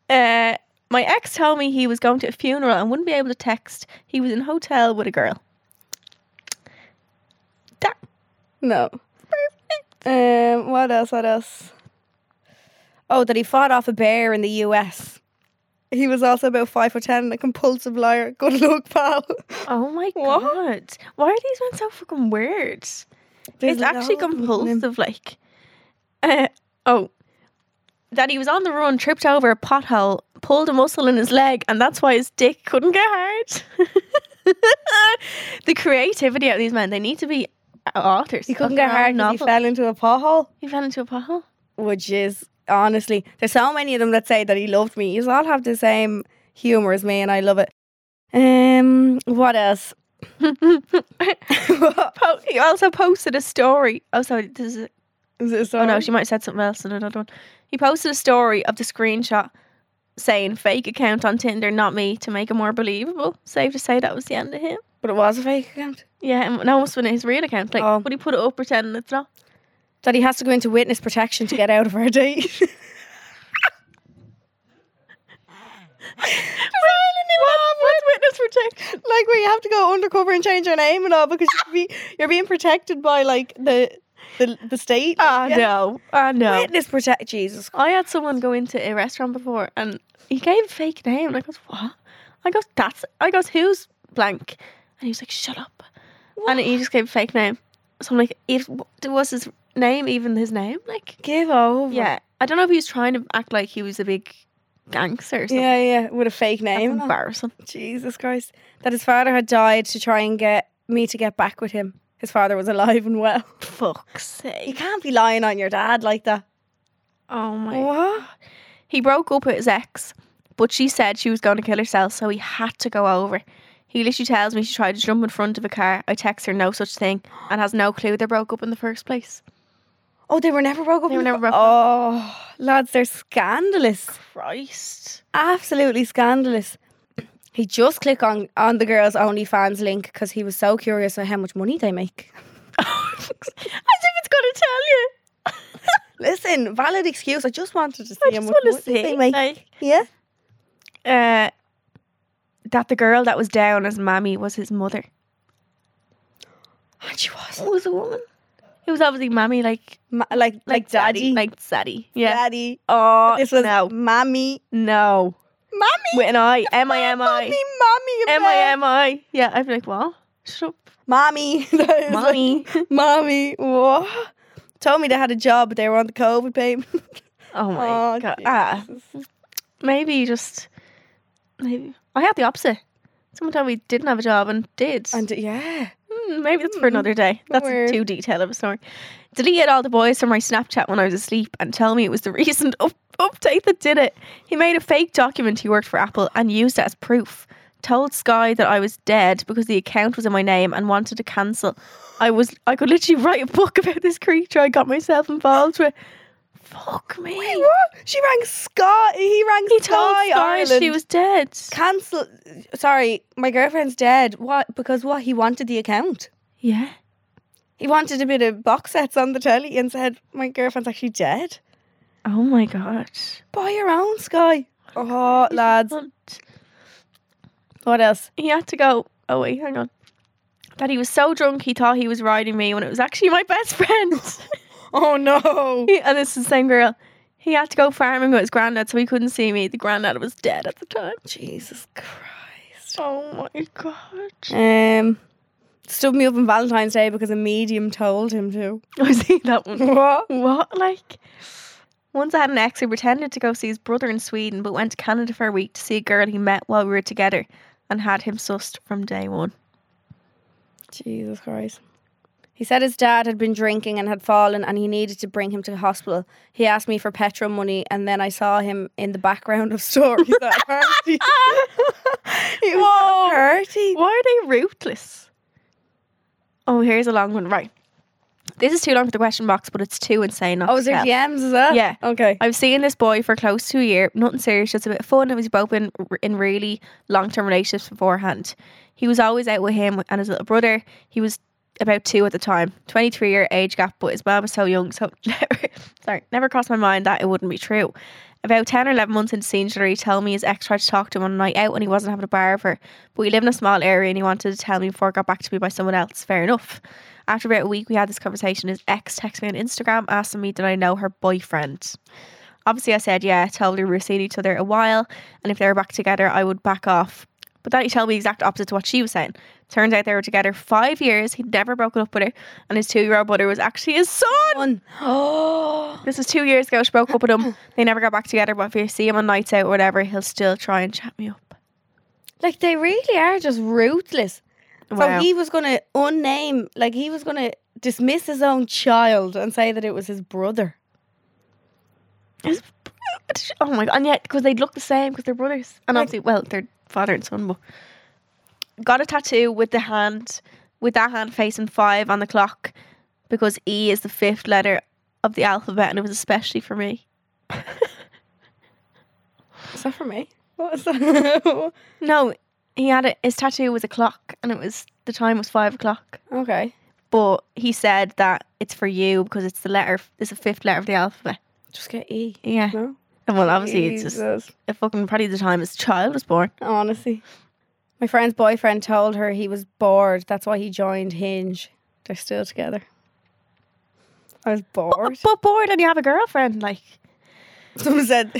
[SPEAKER 2] Uh, my ex told me he was going to a funeral and wouldn't be able to text. He was in a hotel with a girl. That
[SPEAKER 3] No. Um, what else? What else? Oh, that he fought off a bear in the US. He was also about five foot ten and a compulsive liar. Good luck, pal. [LAUGHS]
[SPEAKER 2] Oh my
[SPEAKER 3] What?
[SPEAKER 2] god. Why are these ones so fucking weird? it's actually compulsive, like. Uh, oh. That he was on the run, tripped over a pothole, pulled a muscle in his leg, and that's why his dick couldn't get hard. [LAUGHS] the creativity of these men, they need to be authors.
[SPEAKER 3] He couldn't
[SPEAKER 2] of
[SPEAKER 3] get
[SPEAKER 2] their own
[SPEAKER 3] hard because he
[SPEAKER 2] novel.
[SPEAKER 3] fell into a pothole,
[SPEAKER 2] He fell into a pothole.
[SPEAKER 3] which is honestly, there's so many of them that say that he loved me. You all have the same humor as me, and I love it. Um, what else?
[SPEAKER 2] [LAUGHS] Po- he also posted a story. Oh, sorry, this is
[SPEAKER 3] Is it
[SPEAKER 2] Oh no,
[SPEAKER 3] sorry?
[SPEAKER 2] she might have said something else in another one. He posted a story of the screenshot saying fake account on Tinder, not me, to make it more believable. Safe to say that was the end of him.
[SPEAKER 3] But it was a fake account.
[SPEAKER 2] Yeah, and no, it's when his real account. Like,
[SPEAKER 3] Oh.
[SPEAKER 2] but he put it up pretending it's not.
[SPEAKER 3] That he has to go into witness protection to get out of our [LAUGHS] date.
[SPEAKER 2] What's witness protection?
[SPEAKER 3] like where you have to go undercover and change your name and all because you're, be, you're being protected by like the the, the state.
[SPEAKER 2] Ah
[SPEAKER 3] Yeah.
[SPEAKER 2] no, ah no.
[SPEAKER 3] Witness protect Jesus.
[SPEAKER 2] I had someone go into a restaurant before, and he gave a fake name. And I goes, what? I goes, that's. I goes, who's blank? And he was like, shut up. And he just gave a fake name. So I'm like, if was his name even his name? Like.
[SPEAKER 3] Give over.
[SPEAKER 2] Yeah, I don't know if he was trying to act like he was a big gangster or something.
[SPEAKER 3] Yeah, yeah, with a fake
[SPEAKER 2] That's
[SPEAKER 3] name.
[SPEAKER 2] embarrassing.
[SPEAKER 3] Jesus Christ. That his father had died to try and get me to get back with him. His father was alive and well.
[SPEAKER 2] [LAUGHS] Fuck's
[SPEAKER 3] You
[SPEAKER 2] sake.
[SPEAKER 3] can't be lying on your dad like that.
[SPEAKER 2] Oh my.
[SPEAKER 3] What?
[SPEAKER 2] He broke up with his ex, but she said she was going to kill herself, so he had to go over. He literally tells me she tried to jump in front of a car. I text her no such thing and has no clue they broke up in the first place.
[SPEAKER 3] Oh, they were never broke up.
[SPEAKER 2] They were
[SPEAKER 3] in-
[SPEAKER 2] never broke up.
[SPEAKER 3] Oh, lads, they're scandalous.
[SPEAKER 2] [LAUGHS] Christ.
[SPEAKER 3] absolutely scandalous. He just clicked on, on the girls' OnlyFans link because he was so curious on how much money they make.
[SPEAKER 2] As if it's going to tell you.
[SPEAKER 3] Listen, valid excuse. I just wanted to see
[SPEAKER 2] I
[SPEAKER 3] how
[SPEAKER 2] just
[SPEAKER 3] much
[SPEAKER 2] want
[SPEAKER 3] money
[SPEAKER 2] to see.
[SPEAKER 3] they make.
[SPEAKER 2] like,
[SPEAKER 3] yeah.
[SPEAKER 2] uh, that the girl that was down as mammy was his mother.
[SPEAKER 3] And she was
[SPEAKER 2] was a woman. It was obviously mammy, like
[SPEAKER 3] ma- like, like daddy,
[SPEAKER 2] like daddy. Yeah.
[SPEAKER 3] daddy.
[SPEAKER 2] Oh,
[SPEAKER 3] This was
[SPEAKER 2] no,
[SPEAKER 3] mommy,
[SPEAKER 2] no.
[SPEAKER 3] mommy,
[SPEAKER 2] With an
[SPEAKER 3] [LAUGHS]
[SPEAKER 2] I, M I M I,
[SPEAKER 3] mommy, mommy,
[SPEAKER 2] [LAUGHS] M I M I. Yeah, I'd be like, what? Shut up,
[SPEAKER 3] mommy, [LAUGHS] That is like,
[SPEAKER 2] mommy.
[SPEAKER 3] mommy. What? Told me they had a job, but they were on the COVID payment.
[SPEAKER 2] [LAUGHS] Oh my
[SPEAKER 3] Oh,
[SPEAKER 2] god. Ah,
[SPEAKER 3] Jesus.
[SPEAKER 2] maybe just maybe I had the opposite. Someone told me didn't have a job and did.
[SPEAKER 3] And yeah,
[SPEAKER 2] Hmm, maybe that's for another day. That's
[SPEAKER 3] Weird.
[SPEAKER 2] too detailed of a story. Deleted all the boys from my Snapchat when I was asleep and tell me it was the [LAUGHS] recent up- update that did it. He made a fake document he worked for Apple and used it as proof. Told Sky that I was dead because the account was in my name and wanted to cancel. I was I could literally write a book [LAUGHS] about this creature I got myself involved with. Fuck me.
[SPEAKER 3] what? She rang Scott. He rang
[SPEAKER 2] He told
[SPEAKER 3] Sky
[SPEAKER 2] Sky
[SPEAKER 3] Ireland.
[SPEAKER 2] she was dead.
[SPEAKER 3] cancel sorry my girlfriend's dead what because what he wanted the account
[SPEAKER 2] Yeah.
[SPEAKER 3] he wanted a bit of box sets on the telly and said my girlfriend's actually dead
[SPEAKER 2] Oh my god.
[SPEAKER 3] buy your own sky oh lads what else
[SPEAKER 2] he had to go. Oh wait, hang on. That he was so drunk he thought he was riding me when it was actually my best friend. [LAUGHS]
[SPEAKER 3] oh no
[SPEAKER 2] He- and this is the same girl. He had to go farming with his granddad, so he couldn't see me. The granddad was dead at the time.
[SPEAKER 3] jesus christ
[SPEAKER 2] Oh my [LAUGHS] god!
[SPEAKER 3] um stood me up on valentine's day because a medium told him to
[SPEAKER 2] I see that one.
[SPEAKER 3] what
[SPEAKER 2] What like? Once I had an ex who pretended to go see his brother in Sweden, but went to Canada for a week to see a girl he met while we were together, and had him sussed from day one.
[SPEAKER 3] Jesus Christ. He said his dad had been drinking and had fallen and he needed to bring him to the hospital. He asked me for petrol money and then I saw him in the background of [LAUGHS] stories at a [LAUGHS] party. he was
[SPEAKER 2] Whoa.
[SPEAKER 3] hurty.
[SPEAKER 2] Why are they ruthless? Oh, here's a long one. Right. This is too long for the question box, but it's too insane. Not
[SPEAKER 3] Oh,
[SPEAKER 2] to
[SPEAKER 3] is there
[SPEAKER 2] tell.
[SPEAKER 3] DMs, is that?
[SPEAKER 2] Yeah.
[SPEAKER 3] Okay.
[SPEAKER 2] I've seen this boy for close to a year. Nothing serious, just a bit of fun. And we've both been r- in really long term relationships beforehand. He was always out with him and his little brother. He was about two at the time, 23 year age gap, but his mom was so young, so [LAUGHS] never, sorry, never crossed my mind that it wouldn't be true. About 10 or 11 months into seniority, he told me his ex tried to talk to him on a night out and he wasn't having a bar of her. But we live in a small area and he wanted to tell me before it got back to me by someone else. Fair enough. After about a week, we had this conversation. His ex texted me on Instagram asking me, Did I know her boyfriend? Obviously, I said, yeah, told her we were seeing each other a while, and if they were back together, I would back off. But Daddy told me exact opposite to what she was saying. Turns out they were together five years, he'd never broken up with her, and his two year old brother was actually his son.
[SPEAKER 3] [GASPS] Oh,
[SPEAKER 2] This was two years ago, she broke up with him. They never got back together, but if you see him on nights out or whatever, he'll still try and chat me up.
[SPEAKER 3] like they really are just ruthless.
[SPEAKER 2] Wow.
[SPEAKER 3] So he was going to unname, like he was going to dismiss his own child and say that it was his brother.
[SPEAKER 2] It's- Oh my god! And yet, because they look the same, because they're brothers, and obviously, well, they're father and son. But got a tattoo with the hand, with that hand facing five on the clock, because E is the fifth letter of the alphabet, and it was especially for me.
[SPEAKER 3] Is that for me? What was that? [LAUGHS]
[SPEAKER 2] No, he had it. His tattoo was a clock, and it was the time was five o'clock.
[SPEAKER 3] okay.
[SPEAKER 2] But he said that it's for you because it's the letter, it's the fifth letter of the alphabet.
[SPEAKER 3] Just get E.
[SPEAKER 2] Yeah.
[SPEAKER 3] No?
[SPEAKER 2] And well, obviously, it's just
[SPEAKER 3] Jesus.
[SPEAKER 2] it fucking probably the time his child was born.
[SPEAKER 3] Honestly. My friend's boyfriend told her he was bored. That's why he joined Hinge. They're still together. I was bored.
[SPEAKER 2] But bored, and you have a girlfriend, like.
[SPEAKER 3] [LAUGHS] Someone said [LAUGHS]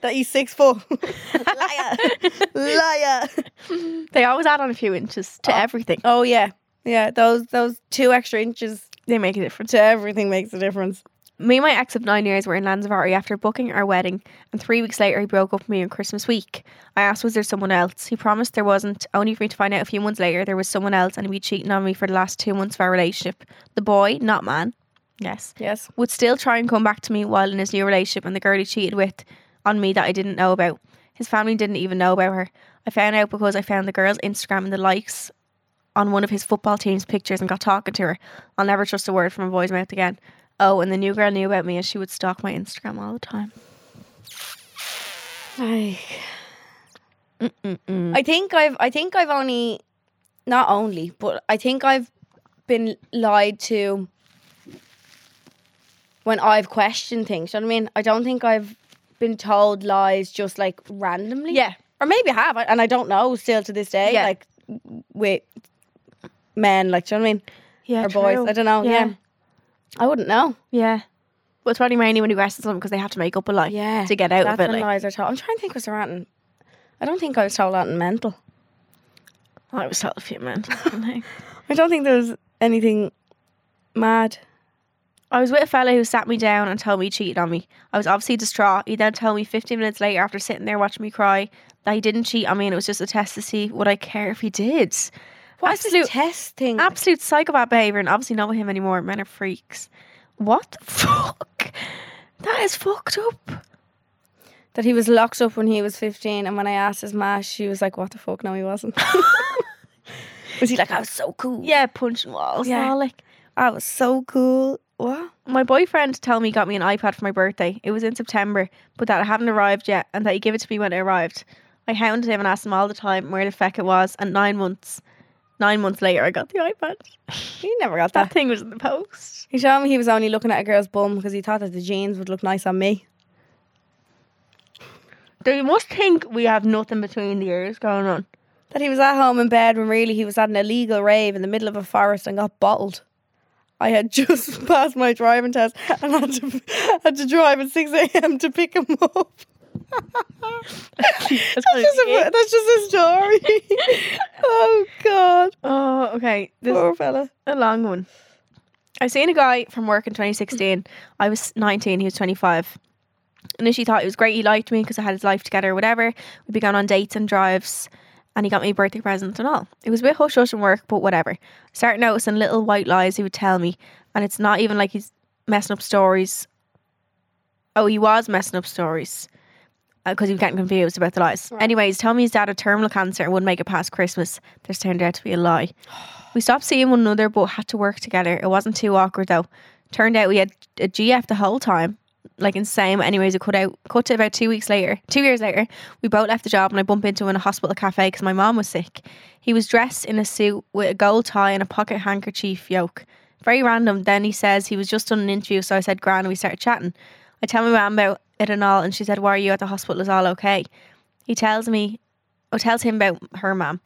[SPEAKER 3] that he's six foot. [LAUGHS] Liar. Liar.
[SPEAKER 2] They always add on a few inches to everything.
[SPEAKER 3] Oh yeah. Yeah, those those two extra inches
[SPEAKER 2] They make a difference.
[SPEAKER 3] to everything makes a difference.
[SPEAKER 2] Me and my ex of nine years were in Lanzarote after booking our wedding, and three weeks later he broke up with me on Christmas week. I asked, was there someone else? He promised there wasn't, only for me to find out a few months later there was someone else and he'd be cheating on me for the last two months of our relationship. The boy, not man, yes,
[SPEAKER 3] Yes.
[SPEAKER 2] would still try and come back to me while in his new relationship and the girl he cheated with on me that I didn't know about. His family didn't even know about her. I found out because I found the girl's Instagram and the likes on one of his football team's pictures and got talking to her. I'll never trust a word from a boy's mouth again. Oh, and the new girl knew about me and she would stalk my Instagram all the time.
[SPEAKER 3] Like, I think I've I think I've only not only but I think I've been lied to when I've questioned things. You know what I mean? I don't think I've been told lies just like randomly.
[SPEAKER 2] Yeah.
[SPEAKER 3] or maybe I have, I- and I don't know still to this day.
[SPEAKER 2] Yeah.
[SPEAKER 3] Like with men, like do you know what I mean?
[SPEAKER 2] Yeah.
[SPEAKER 3] or boys, I don't know. Yeah.
[SPEAKER 2] Yeah.
[SPEAKER 3] I wouldn't know.
[SPEAKER 2] Yeah. Well, it's probably mainly when you question something because they have to make up a lie
[SPEAKER 3] Yeah,
[SPEAKER 2] to get out
[SPEAKER 3] That's
[SPEAKER 2] of it. Like,
[SPEAKER 3] when lies are told. I'm trying to think was there anything- I don't think I was told that in mental.
[SPEAKER 2] "Oh, I was told a few men.
[SPEAKER 3] I don't think there was anything mad.
[SPEAKER 2] I was with a fella who sat me down and told me he cheated on me. I was obviously distraught. He then told me 15 minutes later, after sitting there watching me cry, that he didn't cheat on me and it was just a test to see would I care if he did.
[SPEAKER 3] What's
[SPEAKER 2] Absolute-
[SPEAKER 3] this test thing?
[SPEAKER 2] Absolute psychopath behaviour, and obviously not with him anymore. Men are freaks. What the [LAUGHS] fuck? That is fucked up.
[SPEAKER 3] that he was locked up when he was 15, and when I asked his ma, she was like, "What the fuck? No,
[SPEAKER 2] [LAUGHS]
[SPEAKER 3] he wasn't." [LAUGHS] was he like, "I was so cool.
[SPEAKER 2] Yeah, punching walls. Yeah.
[SPEAKER 3] Yeah.
[SPEAKER 2] like,
[SPEAKER 3] I was so cool." What?
[SPEAKER 2] my boyfriend told me he got me an iPad for my birthday. It was in September, but that it hadn't arrived yet and that he gave it to me when it arrived. I hounded him and asked him all the time where the feck it was, and nine months, nine months later, I got the iPad.
[SPEAKER 3] He never got
[SPEAKER 2] That
[SPEAKER 3] that.
[SPEAKER 2] thing was in the post.
[SPEAKER 3] He told me he was only looking at a girl's bum because he thought that the jeans would look nice on me.
[SPEAKER 2] They must think we have nothing between the ears going [LAUGHS] on.
[SPEAKER 3] That he was at home in bed when really he was at an illegal rave in the middle of a forest and got bottled. I had [LAUGHS] just passed my driving test and had to had to drive at six a.m. to pick him up.
[SPEAKER 2] That's
[SPEAKER 3] [LAUGHS]
[SPEAKER 2] eh?
[SPEAKER 3] That's just, a, that's just a story. [LAUGHS] oh God,
[SPEAKER 2] oh, okay. This
[SPEAKER 3] poor fella.
[SPEAKER 2] a long one. I seen a guy from work in 2016. I was 19, he was 25. Initially thought it was great, he liked me because I had his life together or whatever. We'd be going on dates and drives and he got me birthday presents and all. It was a bit hush hush and work, but whatever. I started noticing little white lies he would tell me and it's not even like he's messing up stories. Oh, he was messing up stories because he was getting confused about the lies. Anyways, tell me his dad had terminal cancer and wouldn't make it past Christmas. This turned out to be a lie. We stopped seeing one another but had to work together. It wasn't too awkward though. Turned out we had a GF the whole time. Like insane. But anyways, it cut out cut to about two weeks later. Two years later, we both left the job and I bumped into him in a hospital cafe because my mom was sick. He was dressed in a suit with a gold tie and a pocket handkerchief yoke. Very random. Then he says he was just done an interview, so I said grand and we started chatting. I tell my mom about it and all and she said, Oh, Why are you at the hospital? Is all okay? He tells me or tells him about her mom.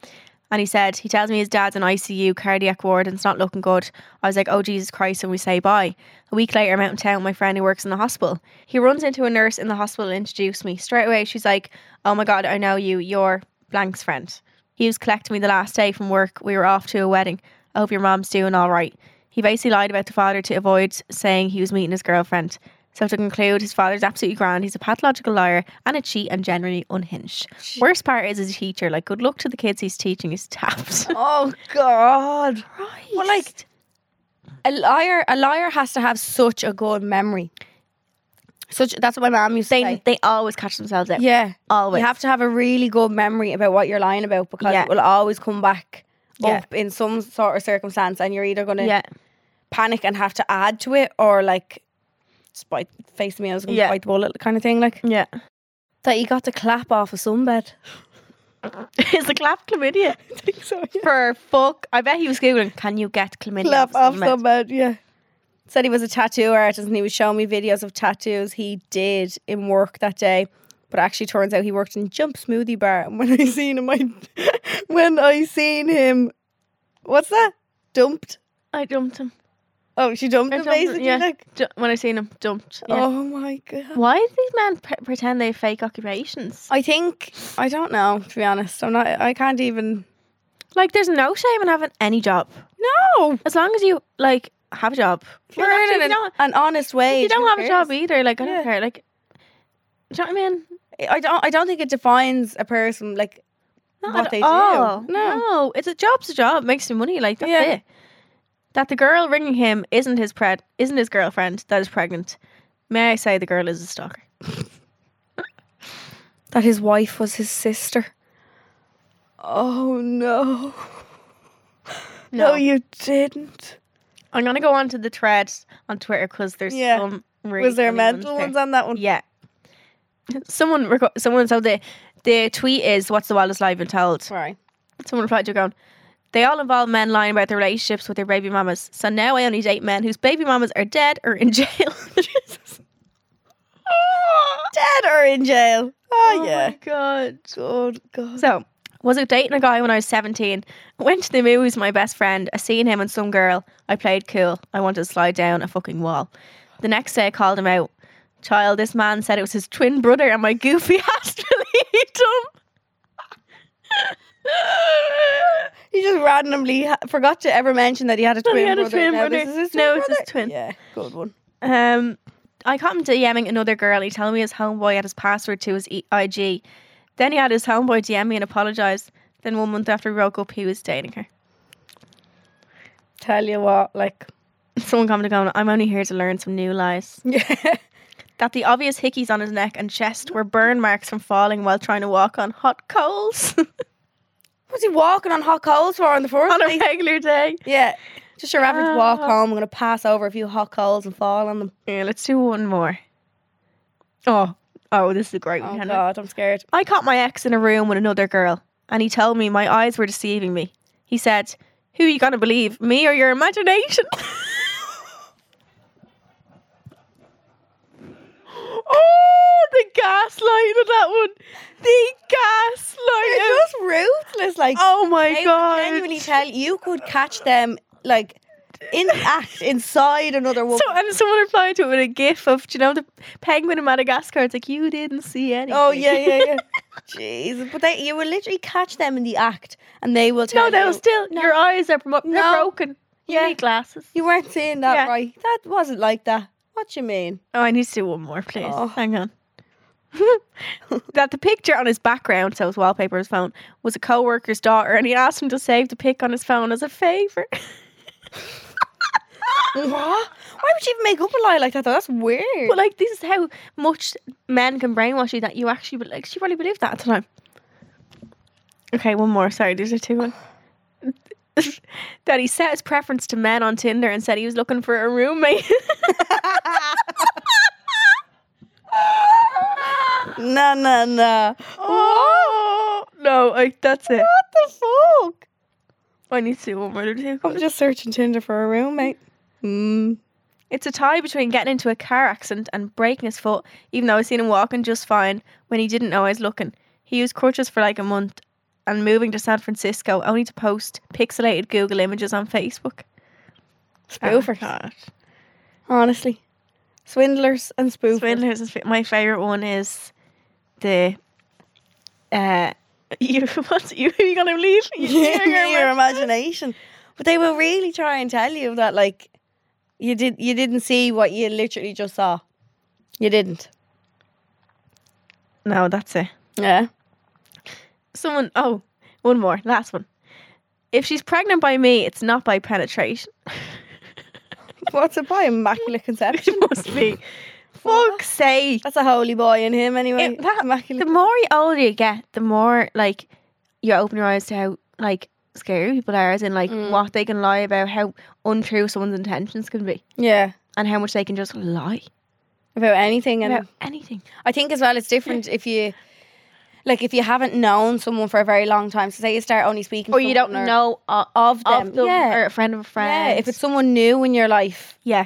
[SPEAKER 2] And he said, he tells me his dad's in ICU, cardiac ward, and it's not looking good. I was like, oh, Jesus Christ, and we say bye. A week later, I'm out in town, with my friend who works in the hospital. He runs into a nurse in the hospital and introduced me. Straight away, she's like, oh my God, I know you. You're blank's friend. He was collecting me the last day from work. We were off to a wedding. I hope your mom's doing all right. He basically lied about the father to avoid saying he was meeting his girlfriend. So to conclude, his father's absolutely grand. He's a pathological liar and a cheat and generally unhinged. Worst part is his teacher. Like, good luck to the kids he's teaching. He's [LAUGHS] tapped.
[SPEAKER 3] Oh God. Well, like a liar, a liar has to have such a good memory. Such that's what my mom used to
[SPEAKER 2] they
[SPEAKER 3] say.
[SPEAKER 2] they always catch themselves out.
[SPEAKER 3] Yeah,
[SPEAKER 2] always.
[SPEAKER 3] you have to have a really good memory about what you're lying about because
[SPEAKER 2] Yeah.
[SPEAKER 3] it will always come back
[SPEAKER 2] Yeah.
[SPEAKER 3] up in some sort of circumstance, and you're either going to
[SPEAKER 2] yeah,
[SPEAKER 3] panic and have to add to it, or like just bite face me, I was going to
[SPEAKER 2] Yeah.
[SPEAKER 3] bite the bullet kind of thing. Like
[SPEAKER 2] [LAUGHS] yeah.
[SPEAKER 3] that, you got the clap off a [LAUGHS] sunbed.
[SPEAKER 2] Is the clap chlamydia?
[SPEAKER 3] I think so. Yeah.
[SPEAKER 2] For fuck, I bet he was googling. Can you get chlamydia?
[SPEAKER 3] Clap
[SPEAKER 2] off
[SPEAKER 3] off
[SPEAKER 2] the meds?"
[SPEAKER 3] sunbed. Yeah. Said he was a tattoo artist and he was showing me videos of tattoos he did in work that day. But actually, turns out he worked in Jump Smoothie Bar. And when I [LAUGHS] seen him, I when I seen him, what's that? Dumped.
[SPEAKER 2] I dumped him.
[SPEAKER 3] Oh, she dumped
[SPEAKER 2] I
[SPEAKER 3] him
[SPEAKER 2] dumped him,
[SPEAKER 3] basically.
[SPEAKER 2] yeah.
[SPEAKER 3] Like,
[SPEAKER 2] Ju- when I seen him, dumped. Yeah.
[SPEAKER 3] oh my god.
[SPEAKER 2] Why do these men pre- pretend they have fake occupations?
[SPEAKER 3] I think I don't know. To be honest, I'm not. I can't even.
[SPEAKER 2] Like, there's no shame in having any job.
[SPEAKER 3] No,
[SPEAKER 2] As long as you, like, have a job.
[SPEAKER 3] you're
[SPEAKER 2] Like, actually,
[SPEAKER 3] earning
[SPEAKER 2] if
[SPEAKER 3] an,
[SPEAKER 2] you don't,
[SPEAKER 3] an honest
[SPEAKER 2] if
[SPEAKER 3] wage.
[SPEAKER 2] you don't
[SPEAKER 3] who
[SPEAKER 2] have a job
[SPEAKER 3] cares?
[SPEAKER 2] either. Like, I don't
[SPEAKER 3] Yeah.
[SPEAKER 2] care. Like, do you know what I mean?
[SPEAKER 3] I don't. I don't think it defines a person. Like
[SPEAKER 2] Not
[SPEAKER 3] What
[SPEAKER 2] at
[SPEAKER 3] they do.
[SPEAKER 2] all.
[SPEAKER 3] No.
[SPEAKER 2] No, it's a job's a job. Makes you money. Like, that's
[SPEAKER 3] Yeah.
[SPEAKER 2] it. That the girl ringing him isn't his pred isn't his girlfriend that is pregnant. May I say the girl is a stalker?
[SPEAKER 3] that his wife was his sister. Oh no! No, you didn't.
[SPEAKER 2] I'm gonna go on to the threads on Twitter because there's
[SPEAKER 3] Yeah.
[SPEAKER 2] some. Really
[SPEAKER 3] Was there
[SPEAKER 2] funny ones
[SPEAKER 3] mental
[SPEAKER 2] there.
[SPEAKER 3] ones on that one?
[SPEAKER 2] Yeah. Someone, reco- someone. So the the tweet is, "What's the wildest lie you've been told?"
[SPEAKER 3] Right.
[SPEAKER 2] Someone replied to going, "They all involve men lying about their relationships with their baby mamas. So now I only date men whose baby mamas are dead or in jail." [LAUGHS] Jesus.
[SPEAKER 3] Dead or in jail? Oh, yeah.
[SPEAKER 2] my god.
[SPEAKER 3] Good God.
[SPEAKER 2] So, was out dating a guy when I was 17. Went to the movies with my best friend. I seen him and some girl. I played cool. I wanted to slide down a fucking wall. The next day, I called him out. Child, this man said it was his twin brother, and my goofy [LAUGHS] ass believed him. [LAUGHS]
[SPEAKER 3] He just randomly ha- forgot to ever mention that he had a twin
[SPEAKER 2] he had a
[SPEAKER 3] brother.
[SPEAKER 2] twin
[SPEAKER 3] Now
[SPEAKER 2] brother.
[SPEAKER 3] this is his twin
[SPEAKER 2] Now it's his
[SPEAKER 3] brother?
[SPEAKER 2] twin.
[SPEAKER 3] Yeah, good one.
[SPEAKER 2] Um, I caught him DMing another girl. He told me his homeboy had his password to his e- IG. Then he had his homeboy DM me and apologise. Then one month after we broke up, he was dating her. [LAUGHS]
[SPEAKER 3] Tell you what, like,
[SPEAKER 2] Someone commented going, I'm only here to learn some new lies.
[SPEAKER 3] yeah. [LAUGHS]
[SPEAKER 2] That the obvious hickeys on his neck and chest were burn marks from falling while trying to walk on hot coals [LAUGHS]
[SPEAKER 3] What's he walking on hot coals for on the first
[SPEAKER 2] on a
[SPEAKER 3] place?
[SPEAKER 2] regular day.
[SPEAKER 3] Yeah, just your average walk
[SPEAKER 2] Ah.
[SPEAKER 3] home. I'm gonna pass over a few hot coals and fall on them.
[SPEAKER 2] Yeah, let's do one more. Oh, oh, this is a great
[SPEAKER 3] Oh
[SPEAKER 2] one. Hannah.
[SPEAKER 3] God, I'm scared.
[SPEAKER 2] I caught my ex in a room with another girl, and he told me my eyes were deceiving me. He said, Who you gonna believe, me or your imagination? [LAUGHS] oh, the gaslight of that one. The gaslight.
[SPEAKER 3] It's just ruthless. Like,
[SPEAKER 2] Oh my
[SPEAKER 3] they would
[SPEAKER 2] god.
[SPEAKER 3] genuinely tell you could catch them like in act inside another woman.
[SPEAKER 2] so, and someone replied to it with a gif of, do you know, the penguin in Madagascar. It's like, you didn't see anything.
[SPEAKER 3] oh yeah, yeah, yeah. Jeez, but they, you will literally catch them in the act, and they
[SPEAKER 2] [LAUGHS]
[SPEAKER 3] will
[SPEAKER 2] No,
[SPEAKER 3] tell
[SPEAKER 2] they
[SPEAKER 3] you
[SPEAKER 2] were still, your eyes are bro- they're
[SPEAKER 3] No.
[SPEAKER 2] broken. You
[SPEAKER 3] Yeah.
[SPEAKER 2] need glasses.
[SPEAKER 3] you weren't saying that
[SPEAKER 2] Yeah.
[SPEAKER 3] right. That wasn't like that. What you mean?
[SPEAKER 2] Oh, I need to do one more, please.
[SPEAKER 3] Oh.
[SPEAKER 2] Hang on. [LAUGHS] that the picture on his background, so his wallpaper, his phone, was a co-worker's daughter, and he asked him to save the pic on his phone as a favour.
[SPEAKER 3] what? Why would you even make up a lie like that? Though that's weird. [LAUGHS]
[SPEAKER 2] but like, this is how much men can brainwash you that you actually, be- like, she probably believed that at the time. Okay, one more. Sorry, these are two. [LAUGHS] One. that he set his preference to men on Tinder and said he was looking for a roommate. [LAUGHS]
[SPEAKER 3] No, no, no.
[SPEAKER 2] oh no! I, that's it.
[SPEAKER 3] What the fuck?
[SPEAKER 2] I need to do one more. There's two.
[SPEAKER 3] I'm just searching Tinder for a roommate. Hmm.
[SPEAKER 2] Ah, It's a tie between getting into a car accident and breaking his foot, even though I seen him walking just fine when he didn't know I was looking. He used crutches for like a month and moving to San Francisco only to post pixelated Google images on Facebook.
[SPEAKER 3] Spoofers.
[SPEAKER 2] God.
[SPEAKER 3] Honestly. Swindlers and spoofers. [LAUGHS]
[SPEAKER 2] Swindlers is my favorite one is the uh [LAUGHS] you what [LAUGHS] you you gonna leave? You- [LAUGHS]
[SPEAKER 3] Yeah,
[SPEAKER 2] you're
[SPEAKER 3] your,
[SPEAKER 2] gonna leave?
[SPEAKER 3] imagination. But they will really try and tell you that like you did you didn't see what you literally just saw. You didn't.
[SPEAKER 2] No, that's it.
[SPEAKER 3] Yeah.
[SPEAKER 2] Someone oh, one more, last one. If she's pregnant by me, it's not by penetration.
[SPEAKER 3] What's it by
[SPEAKER 2] [LAUGHS]
[SPEAKER 3] immaculate
[SPEAKER 2] It
[SPEAKER 3] conception?
[SPEAKER 2] must be. Fuck's sake.
[SPEAKER 3] That's a holy boy in him anyway.
[SPEAKER 2] It- that- The
[SPEAKER 3] immaculate.
[SPEAKER 2] more older you get, the more like you open your eyes to how like scary people are, as in like
[SPEAKER 3] Mm.
[SPEAKER 2] what they can lie about, how untrue someone's intentions can be,
[SPEAKER 3] yeah.
[SPEAKER 2] and how much they can just lie
[SPEAKER 3] About anything and
[SPEAKER 2] about anything.
[SPEAKER 3] I think as well it's different if you like if you haven't known someone for a very long time. So say you start only speaking to
[SPEAKER 2] or you don't
[SPEAKER 3] someone
[SPEAKER 2] know of,
[SPEAKER 3] of them.
[SPEAKER 2] of them
[SPEAKER 3] yeah.
[SPEAKER 2] or a friend of a friend.
[SPEAKER 3] yeah. If it's someone new in your life.
[SPEAKER 2] yeah,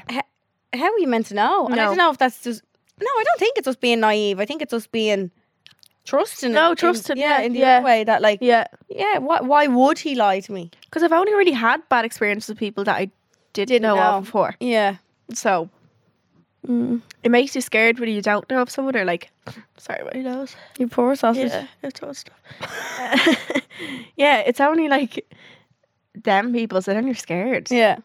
[SPEAKER 3] how are you meant to know? And I
[SPEAKER 2] No.
[SPEAKER 3] don't know if that's just no. I don't think it's us being naive. I think it's us being trusting.
[SPEAKER 2] No,
[SPEAKER 3] in-
[SPEAKER 2] trusting,
[SPEAKER 3] yeah,
[SPEAKER 2] yeah,
[SPEAKER 3] in the
[SPEAKER 2] yeah.
[SPEAKER 3] other way that like yeah.
[SPEAKER 2] yeah,
[SPEAKER 3] why why would he lie to me?
[SPEAKER 2] because I've only really had bad experiences with people that I did
[SPEAKER 3] Didn't
[SPEAKER 2] know,
[SPEAKER 3] know.
[SPEAKER 2] of before,
[SPEAKER 3] Yeah.
[SPEAKER 2] so
[SPEAKER 3] Mm.
[SPEAKER 2] it makes you scared when you don't know of someone or like, [SNIFFS] sorry, what he knows.
[SPEAKER 3] You poor sausage. [LAUGHS]
[SPEAKER 2] Yeah, it's all stuff. Uh, yeah, it's only like them people, so then you're scared.
[SPEAKER 3] Yeah.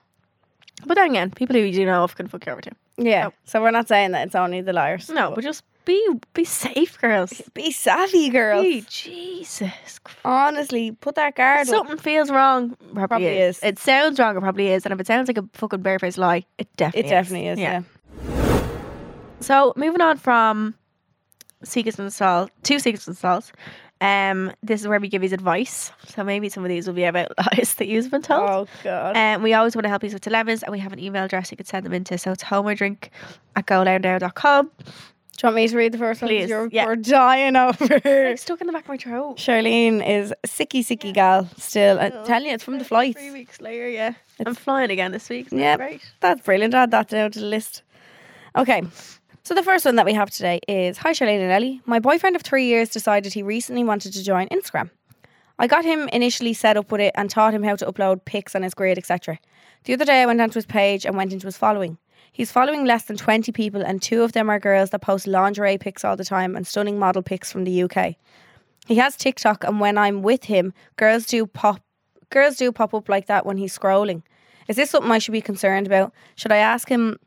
[SPEAKER 2] But then again, people who you do know of can fuck you over too.
[SPEAKER 3] Yeah.
[SPEAKER 2] Oh.
[SPEAKER 3] So we're not saying that it's only the liars.
[SPEAKER 2] No, but just be be safe, girls.
[SPEAKER 3] Be savvy, girls.
[SPEAKER 2] Gee, Jesus Christ.
[SPEAKER 3] Honestly, put that guard up.
[SPEAKER 2] Something feels wrong. Probably,
[SPEAKER 3] Probably
[SPEAKER 2] is.
[SPEAKER 3] is.
[SPEAKER 2] It sounds wrong. It probably is. And if it sounds like a fucking barefaced lie, it
[SPEAKER 3] It
[SPEAKER 2] definitely
[SPEAKER 3] definitely is. Yeah.
[SPEAKER 2] So moving on from secrets and stalls, two secrets and stalls. Um, this is where we give you advice. So maybe some of these will be about [LAUGHS] lies that you've been told.
[SPEAKER 3] Oh god.
[SPEAKER 2] Um, we always want to help you with dilemmas, and we have an email address you can send them into. So it's homerdrink at golowndown.com.
[SPEAKER 3] Do you want me to read the first one? 'Cause
[SPEAKER 2] please,
[SPEAKER 3] You're,
[SPEAKER 2] yeah.
[SPEAKER 3] We're dying over. here.
[SPEAKER 2] [LAUGHS] It's stuck in the back of my throat.
[SPEAKER 3] Charlene is sicky, sicky gal still. I
[SPEAKER 2] Oh,
[SPEAKER 3] tell you, it's from the flights.
[SPEAKER 2] Three weeks later, yeah. I'm flying again this week. isn't that
[SPEAKER 3] Yep.
[SPEAKER 2] great?
[SPEAKER 3] That's brilliant. Add that down to the list. Okay. So the first one that we have today is Hi Charlene and Ellie. My boyfriend of three years decided he recently wanted to join Instagram. I got him initially set up with it and taught him how to upload pics on his grid, etc. The other day I went onto his page and went into his following. He's following less than 20 people and two of them are girls that post lingerie pics all the time and stunning model pics from the UK. He has TikTok and when I'm with him, girls do pop girls do pop up like that when he's scrolling. Is this something I should be concerned about? Should I ask him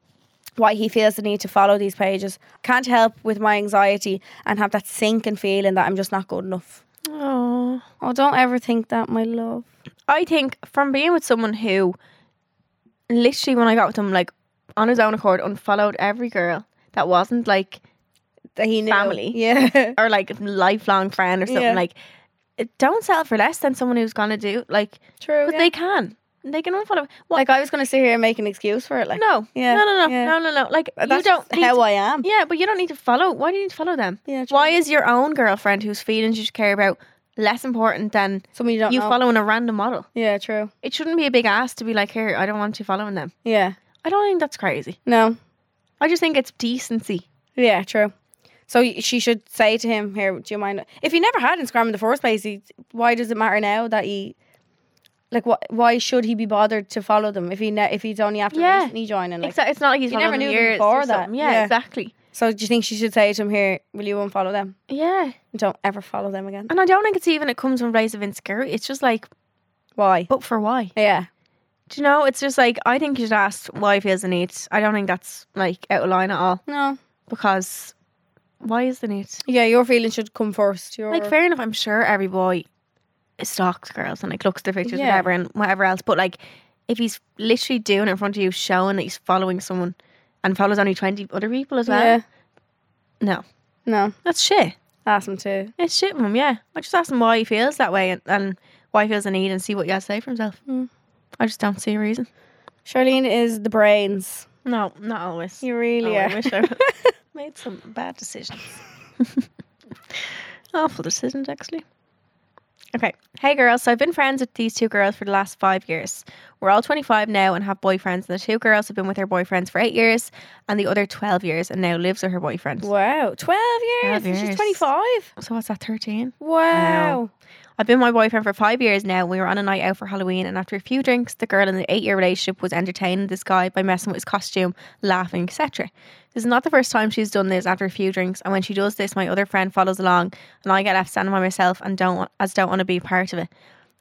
[SPEAKER 3] why he feels the need to follow these pages? Can't help with my anxiety and have that sinking feeling that I'm just not good enough.
[SPEAKER 2] Oh.
[SPEAKER 3] Oh, don't ever think that, my love.
[SPEAKER 2] I think from being with someone who literally, when I got with him, like on his own accord, unfollowed every girl that wasn't like,
[SPEAKER 3] That he knew.
[SPEAKER 2] Family.
[SPEAKER 3] [LAUGHS] Yeah.
[SPEAKER 2] or like lifelong friend or something
[SPEAKER 3] Yeah.
[SPEAKER 2] like, it- don't sell for less than someone who's going to do, like,
[SPEAKER 3] True.
[SPEAKER 2] but they can. They can unfollow. What?
[SPEAKER 3] like I was gonna sit here and make an excuse for it. Like
[SPEAKER 2] no.
[SPEAKER 3] Yeah,
[SPEAKER 2] No, no, no.
[SPEAKER 3] yeah.
[SPEAKER 2] No, no, no. Like,
[SPEAKER 3] that's
[SPEAKER 2] you don't.
[SPEAKER 3] just
[SPEAKER 2] need
[SPEAKER 3] how
[SPEAKER 2] to-
[SPEAKER 3] I am.
[SPEAKER 2] Yeah, but you don't need to follow. Why do you need to follow them?
[SPEAKER 3] Yeah, true.
[SPEAKER 2] Why is your own girlfriend, whose feelings you should care about, less important than
[SPEAKER 3] Someone you don't
[SPEAKER 2] you
[SPEAKER 3] know.
[SPEAKER 2] following a random model?
[SPEAKER 3] Yeah, true.
[SPEAKER 2] It shouldn't be a big ass to be like, here, I don't want you following them.
[SPEAKER 3] Yeah.
[SPEAKER 2] I don't think that's crazy.
[SPEAKER 3] No.
[SPEAKER 2] I just think it's decency.
[SPEAKER 3] Yeah, true. So y- she should say to him, "Here, do you mind if he never had Instagram in the first place? He, why does it matter now that he, like, wh- why should he be bothered to follow them if he ne- if he's only after
[SPEAKER 2] Yeah.
[SPEAKER 3] recently joining? Like,
[SPEAKER 2] Exactly. It's not like he's
[SPEAKER 3] you never
[SPEAKER 2] following
[SPEAKER 3] knew them
[SPEAKER 2] years
[SPEAKER 3] before
[SPEAKER 2] or
[SPEAKER 3] that.
[SPEAKER 2] something. Yeah,
[SPEAKER 3] Yeah.
[SPEAKER 2] exactly.
[SPEAKER 3] so do you think she should say to him, "Here, will you unfollow them?
[SPEAKER 2] Yeah,
[SPEAKER 3] And Don't ever follow them again.
[SPEAKER 2] and I don't think it's even it comes from race of insecurity. It's just like,
[SPEAKER 3] Why?
[SPEAKER 2] but for why?
[SPEAKER 3] Yeah,
[SPEAKER 2] Do you know? It's just like I think you should ask why he feels the need. I don't think that's like out of line at all
[SPEAKER 3] no,
[SPEAKER 2] because why is the need?
[SPEAKER 3] yeah, your feeling should come first. Your,
[SPEAKER 2] Like fair enough, I'm sure every boy stalks girls and like looks at their pictures
[SPEAKER 3] Yeah.
[SPEAKER 2] and whatever and whatever else. But like if he's literally doing it in front of you, showing that he's following someone and follows only twenty other people as well.
[SPEAKER 3] yeah,
[SPEAKER 2] No.
[SPEAKER 3] no,
[SPEAKER 2] That's shit.
[SPEAKER 3] ask him to.
[SPEAKER 2] It's shit from him, yeah. I just ask him why he feels that way and, and why he feels the need and see what he has to say for himself.
[SPEAKER 3] Mm.
[SPEAKER 2] I just don't see a reason.
[SPEAKER 3] Charlene is the brains.
[SPEAKER 2] No, not always.
[SPEAKER 3] You really
[SPEAKER 2] Oh,
[SPEAKER 3] are.
[SPEAKER 2] I wish [LAUGHS] I made some bad decisions. [LAUGHS] Awful decisions, actually. Okay. Hey, girls. So I've been friends with these two girls for the last five years. We're all 25 now and have boyfriends. And the two girls have been with their boyfriends for eight years and the other 12 years and now lives with her boyfriend.
[SPEAKER 3] Wow, twelve years.
[SPEAKER 2] 12
[SPEAKER 3] and
[SPEAKER 2] years.
[SPEAKER 3] She's twenty five.
[SPEAKER 2] So what's that, 13?
[SPEAKER 3] Wow.
[SPEAKER 2] I've been with my boyfriend for five years now. We were on a night out for Halloween, and after a few drinks, the girl in the eight year relationship was entertaining this guy by messing with his costume, laughing, etc. This is not the first time she's done this after a few drinks, and when she does this, my other friend follows along, and I get left standing by myself and don't want, as don't want to be part of it.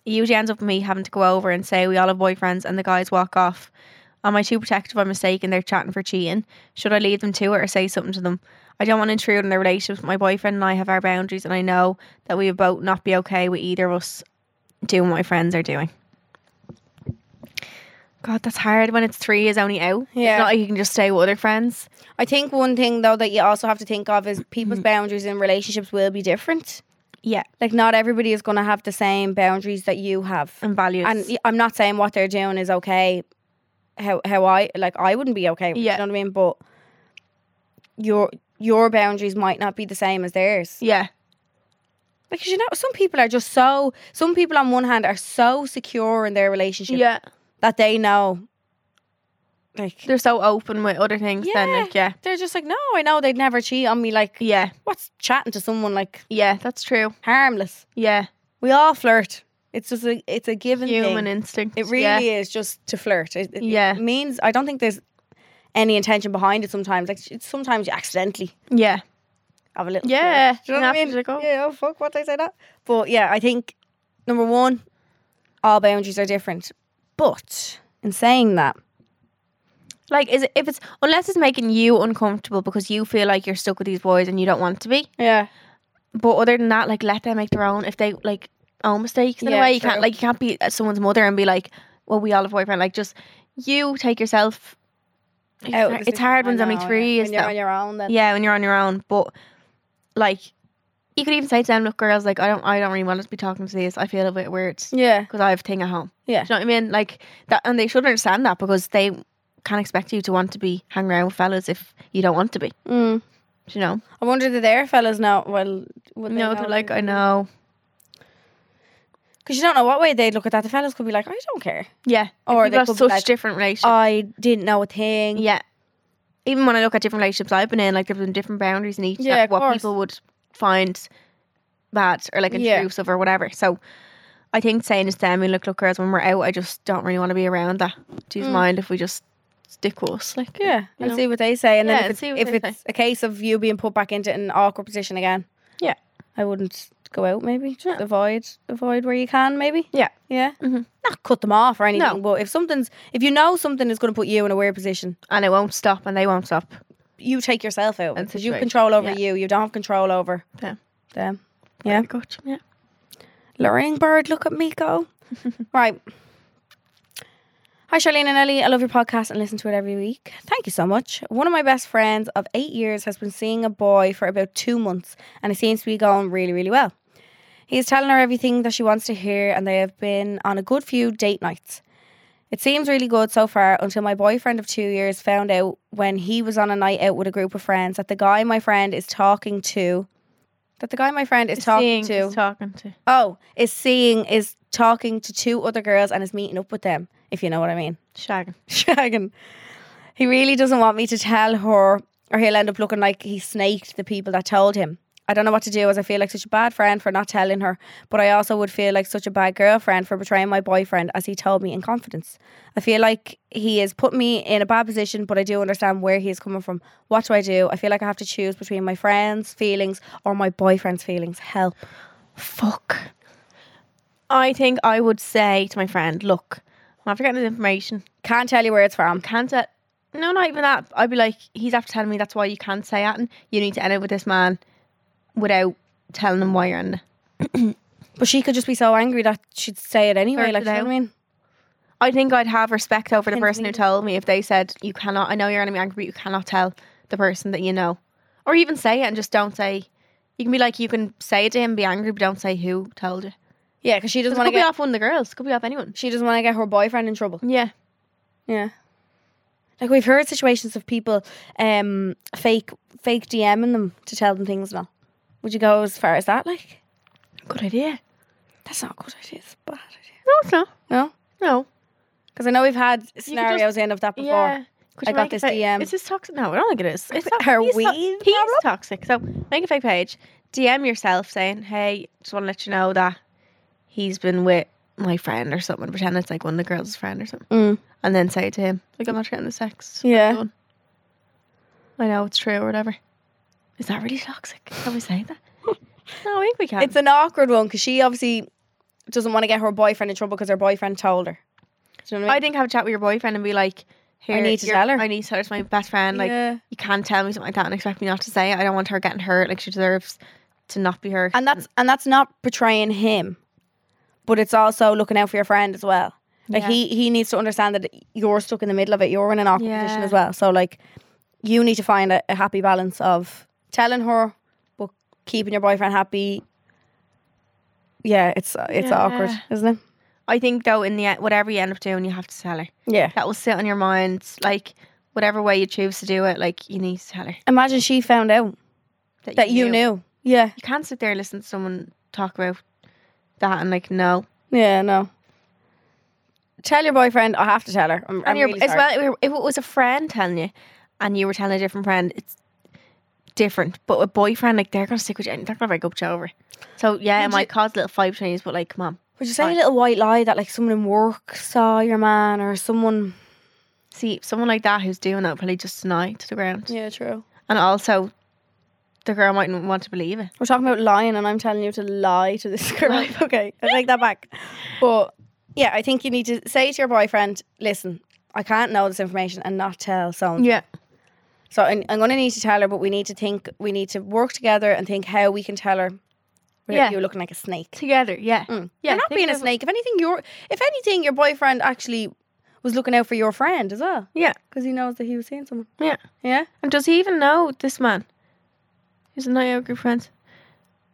[SPEAKER 2] It usually ends up with me having to go over and say we all have boyfriends, and the guys walk off. Am I too protective by mistake and they're chatting for cheating? Should I leave them to it or say something to them? I don't want to intrude on their relationship. My boyfriend and I have our boundaries, and I know that we would both not be okay with either of us doing what my friends are doing. God, that's hard when it's three is only out.
[SPEAKER 3] Yeah.
[SPEAKER 2] It's not like you can just stay with other friends.
[SPEAKER 3] I think one thing though that you also have to think of is
[SPEAKER 2] Mm-hmm.
[SPEAKER 3] people's boundaries in relationships will be different.
[SPEAKER 2] Yeah.
[SPEAKER 3] Like not everybody is going to have the same boundaries that you have.
[SPEAKER 2] And values.
[SPEAKER 3] And y- I'm not saying what they're doing is okay. How how I like I wouldn't be okay. With,
[SPEAKER 2] Yeah.
[SPEAKER 3] You know what I mean? But your your boundaries might not be the same as theirs.
[SPEAKER 2] yeah.
[SPEAKER 3] Because you know some people are just so some people on one hand are so secure in their relationship
[SPEAKER 2] Yeah.
[SPEAKER 3] that they know like
[SPEAKER 2] They're so open with other things then. Like, yeah.
[SPEAKER 3] they're just like no I know they'd never cheat on me like
[SPEAKER 2] Yeah.
[SPEAKER 3] what's chatting to someone like
[SPEAKER 2] Yeah. That's true.
[SPEAKER 3] harmless.
[SPEAKER 2] Yeah.
[SPEAKER 3] We all flirt. It's just a it's a given
[SPEAKER 2] Human
[SPEAKER 3] thing.
[SPEAKER 2] instinct.
[SPEAKER 3] It really
[SPEAKER 2] yeah.
[SPEAKER 3] is just to flirt. It, it- it
[SPEAKER 2] Yeah.
[SPEAKER 3] means I don't think there's any intention behind it. Sometimes, like it's, sometimes you accidentally
[SPEAKER 2] Yeah.
[SPEAKER 3] have a little.
[SPEAKER 2] Yeah,
[SPEAKER 3] flirt. Do you
[SPEAKER 2] and
[SPEAKER 3] know what I
[SPEAKER 2] after
[SPEAKER 3] mean?
[SPEAKER 2] you go-
[SPEAKER 3] Yeah. Oh fuck! What did I say that? But yeah, I think number one, all boundaries are different. But in saying that,
[SPEAKER 2] Like, is it, if it's unless it's making you uncomfortable because you feel like you're stuck with these boys and you don't want to be.
[SPEAKER 3] yeah,
[SPEAKER 2] But other than that, like let them make their own. If they like own mistakes in a
[SPEAKER 3] Yeah,
[SPEAKER 2] way, you
[SPEAKER 3] true.
[SPEAKER 2] can't like you can't be at someone's mother and be like, "Well, we all have a boyfriend." Like, just you take yourself. It's,
[SPEAKER 3] out
[SPEAKER 2] hard,
[SPEAKER 3] this
[SPEAKER 2] it's
[SPEAKER 3] weekend.
[SPEAKER 2] hard
[SPEAKER 3] I
[SPEAKER 2] when it's only
[SPEAKER 3] know,
[SPEAKER 2] three
[SPEAKER 3] yeah.
[SPEAKER 2] years
[SPEAKER 3] When you're
[SPEAKER 2] though.
[SPEAKER 3] on your own, then
[SPEAKER 2] Yeah, when you're on your own, but like you could even say to them, "Look, girls, like I don't, I don't really want to be talking to these. I feel a bit weird
[SPEAKER 3] yeah,
[SPEAKER 2] because I have a thing at home."
[SPEAKER 3] yeah.
[SPEAKER 2] Do you know what I mean? Like that, and they should understand that because they can't expect you to want to be hanging around with fellas if you don't want to be.
[SPEAKER 3] Mm.
[SPEAKER 2] do You know,
[SPEAKER 3] I wonder do their fellas know? Well, would they
[SPEAKER 2] no,
[SPEAKER 3] know
[SPEAKER 2] they're like,
[SPEAKER 3] that-
[SPEAKER 2] I know,
[SPEAKER 3] Because you don't know what way they'd look at that. The fellas could be like, I don't care.
[SPEAKER 2] yeah,
[SPEAKER 3] Or
[SPEAKER 2] or
[SPEAKER 3] they
[SPEAKER 2] they have
[SPEAKER 3] could be
[SPEAKER 2] such
[SPEAKER 3] like, "Oh,
[SPEAKER 2] different relationships.
[SPEAKER 3] I didn't know a thing.
[SPEAKER 2] yeah, even when I look at different relationships I've been in, like there've been different boundaries in each.
[SPEAKER 3] Yeah,
[SPEAKER 2] like,
[SPEAKER 3] of
[SPEAKER 2] what
[SPEAKER 3] course.
[SPEAKER 2] people would find bad or like
[SPEAKER 3] Yeah.
[SPEAKER 2] intrusive or whatever. So. I think saying to them, look, look, girls, when we're out, I just don't really want to be around that. Do you mind if we just stick with us? Like,
[SPEAKER 3] Mm. Yeah,
[SPEAKER 2] you
[SPEAKER 3] and
[SPEAKER 2] know?
[SPEAKER 3] see what they say, and
[SPEAKER 2] Yeah,
[SPEAKER 3] then if
[SPEAKER 2] see
[SPEAKER 3] it's,
[SPEAKER 2] what
[SPEAKER 3] if
[SPEAKER 2] they
[SPEAKER 3] it's a case of you being put back into an awkward position again,
[SPEAKER 2] Yeah.
[SPEAKER 3] I wouldn't go out. Maybe just
[SPEAKER 2] Yeah.
[SPEAKER 3] avoid, avoid where you can. Maybe,
[SPEAKER 2] Yeah.
[SPEAKER 3] yeah,
[SPEAKER 2] Mhm.
[SPEAKER 3] not cut them off or anything.
[SPEAKER 2] No.
[SPEAKER 3] But if something's, if you know something is going to put you in a weird position,
[SPEAKER 2] and it won't stop, and they won't stop.
[SPEAKER 3] you take yourself out
[SPEAKER 2] And
[SPEAKER 3] because you have
[SPEAKER 2] situation.
[SPEAKER 3] control over
[SPEAKER 2] Yeah.
[SPEAKER 3] you. You don't have control over
[SPEAKER 2] Them.
[SPEAKER 3] Them. Yeah.
[SPEAKER 2] Gotcha. Yeah.
[SPEAKER 3] Luring bird, look at me [LAUGHS] go. right. Hi, Charlene and Ellie. I love your podcast and listen to it every week. Thank you so much. One of my best friends of eight years has been seeing a boy for about two months and it seems to be going really, really well. He is telling her everything that she wants to hear and they have been on a good few date nights. It seems really good so far until my boyfriend of two years found out when he was on a night out with a group of friends that the guy my friend is talking to. That the guy my friend is talking to.
[SPEAKER 2] talking to.
[SPEAKER 3] Oh, is seeing is talking to two other girls and is meeting up with them, if you know what I mean. [LAUGHS]
[SPEAKER 2] Shagging.
[SPEAKER 3] Shagging. He really doesn't want me to tell her or he'll end up looking like he snaked the people that told him. I don't know what to do as I feel like such a bad friend for not telling her, but I also would feel like such a bad girlfriend for betraying my boyfriend as he told me in confidence. I feel like he has put me in a bad position, but I do understand where he is coming from. What do I do? I feel like I have to choose between my friend's feelings or my boyfriend's feelings. Help.
[SPEAKER 2] Fuck. I think I would say to my friend, look, I'm after getting this information.
[SPEAKER 3] Can't tell you where it's from.
[SPEAKER 2] Can't it? No, not even that. I'd be like, he's after telling me that's why you can't say it. And you need to end it with this man without telling him why you're in it.
[SPEAKER 3] But she could just be so angry that she'd say it anyway.
[SPEAKER 2] Blurt
[SPEAKER 3] Like,
[SPEAKER 2] it
[SPEAKER 3] you know
[SPEAKER 2] out.
[SPEAKER 3] what I mean?
[SPEAKER 2] I think I'd have respect over the
[SPEAKER 3] Can't
[SPEAKER 2] person who
[SPEAKER 3] believe it.
[SPEAKER 2] told me if they said, you cannot, I know you're going to be angry, but you cannot tell the person that you know. Or even say it and just don't say. You can be like, you can say it to him, be angry, but don't say who told you.
[SPEAKER 3] Yeah, because she doesn't
[SPEAKER 2] Because it
[SPEAKER 3] want to
[SPEAKER 2] could be
[SPEAKER 3] get
[SPEAKER 2] off one of the girls, could be off anyone.
[SPEAKER 3] she doesn't want to get her boyfriend in trouble.
[SPEAKER 2] Yeah.
[SPEAKER 3] Yeah. Like we've heard situations of people um fake fake DMing them to tell them things now. Would you go as far as that? Like
[SPEAKER 2] Good idea.
[SPEAKER 3] that's not a good idea. It's a bad idea.
[SPEAKER 2] No, it's not.
[SPEAKER 3] No,
[SPEAKER 2] No.
[SPEAKER 3] because I know we've had scenarios in of that before.
[SPEAKER 2] Could
[SPEAKER 3] I
[SPEAKER 2] you
[SPEAKER 3] got
[SPEAKER 2] make a
[SPEAKER 3] this
[SPEAKER 2] fa-
[SPEAKER 3] DM.
[SPEAKER 2] Is this toxic? No, I don't think it is. It's toxic.
[SPEAKER 3] Are
[SPEAKER 2] he's to-
[SPEAKER 3] we the
[SPEAKER 2] he's
[SPEAKER 3] problem?
[SPEAKER 2] toxic. So make a fake page. DM yourself saying, "Hey, just want to let you know that he's been with my friend or something, pretend it's like one of the girls' friend or something,
[SPEAKER 3] Mm.
[SPEAKER 2] and then say it to him, like, I'm not getting the sex.
[SPEAKER 3] Yeah.
[SPEAKER 2] Done. I know it's true or whatever. Is that really toxic? Can we say [LAUGHS] that? no, I think we can.
[SPEAKER 3] It's an awkward one because she obviously doesn't want to get her boyfriend in trouble because her boyfriend told her. Do you know what
[SPEAKER 2] I
[SPEAKER 3] I mean?
[SPEAKER 2] think have a chat with your boyfriend and be like, Here,
[SPEAKER 3] need to
[SPEAKER 2] you're-
[SPEAKER 3] tell her."
[SPEAKER 2] I need to tell her it's my best friend. Like,
[SPEAKER 3] Yeah.
[SPEAKER 2] you can't tell me something like that and expect me not to say it. I don't want her getting hurt. Like, she deserves to not be hurt.
[SPEAKER 3] and that's and that's not betraying him, but it's also looking out for your friend as well. Like
[SPEAKER 2] Yeah.
[SPEAKER 3] he he needs to understand that you're stuck in the middle of it. You're in an awkward position
[SPEAKER 2] Yeah.
[SPEAKER 3] as well. So like, you need to find a, a happy balance of telling her, but keeping your boyfriend happy. Yeah, it's it's awkward,
[SPEAKER 2] Yeah.
[SPEAKER 3] isn't it?
[SPEAKER 2] I think, though, in the end, whatever you end up doing, you have to tell her.
[SPEAKER 3] Yeah.
[SPEAKER 2] That will sit on your mind. Like, whatever way you choose to do it, like, you need to tell her
[SPEAKER 3] Imagine she found out that you knew. Yeah.
[SPEAKER 2] You can't sit there and listen to someone talk about that and, like, no.
[SPEAKER 3] Yeah. No. Tell your boyfriend. I have to tell her. I'm, I'm
[SPEAKER 2] and you're,
[SPEAKER 3] really
[SPEAKER 2] as
[SPEAKER 3] sorry.
[SPEAKER 2] well, if it was a friend telling you, and you were telling a different friend, it's different. But a boyfriend, like they're gonna stick with you, and they're gonna break up with you over. it. So yeah, it might cause a little fight between you, but like, mom,
[SPEAKER 3] Would you say a little white lie that like someone in work saw your man or someone?
[SPEAKER 2] see someone like that who's doing that will probably just deny it to the ground,
[SPEAKER 3] Yeah, true.
[SPEAKER 2] and also the girl mightn't want to believe it.
[SPEAKER 3] We're talking about lying, and I'm telling you to lie to this girl. [LAUGHS] okay, I take that back. But yeah, I think you need to say to your boyfriend, "Listen, I can't know this information and not tell someone.
[SPEAKER 2] Yeah,
[SPEAKER 3] So I'm, I'm going to need to tell her, but we need to think. We need to work together and think how we can tell her. without
[SPEAKER 2] Yeah.
[SPEAKER 3] you looking like a snake.
[SPEAKER 2] together. Yeah,
[SPEAKER 3] Yeah,
[SPEAKER 2] Yeah,
[SPEAKER 3] you're Mm. not
[SPEAKER 2] think
[SPEAKER 3] being a
[SPEAKER 2] of-
[SPEAKER 3] snake. If anything, your if anything, your boyfriend actually was looking out for your friend as well
[SPEAKER 2] yeah,
[SPEAKER 3] because he knows that he was seeing someone.
[SPEAKER 2] yeah.
[SPEAKER 3] Yeah.
[SPEAKER 2] And does he even know this man? He's a night out group of friends.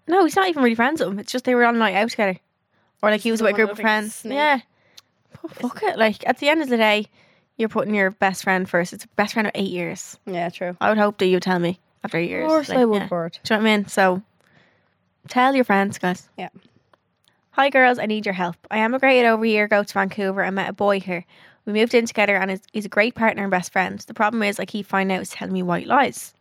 [SPEAKER 2] No, he's not even really friends with him. It's just they were on a night out together. Or like he was with a
[SPEAKER 3] Someone
[SPEAKER 2] group of
[SPEAKER 3] over
[SPEAKER 2] friends.
[SPEAKER 3] snake.
[SPEAKER 2] Yeah. But fuck it. Like at the end of the day, you're putting your best friend first. It's a best friend of eight years.
[SPEAKER 3] Yeah, true.
[SPEAKER 2] I would hope that you tell me after eight years.
[SPEAKER 3] Of course,
[SPEAKER 2] Like,
[SPEAKER 3] I would,
[SPEAKER 2] yeah.
[SPEAKER 3] Bert.
[SPEAKER 2] Do you know what I mean? So tell your friends, guys.
[SPEAKER 3] Yeah.
[SPEAKER 2] Hi, girls. I need your help. I emigrated over a year ago to Vancouver and met a boy here. We moved in together and is- he's a great partner and best friend. The problem is, I keep finding out he's telling me white lies.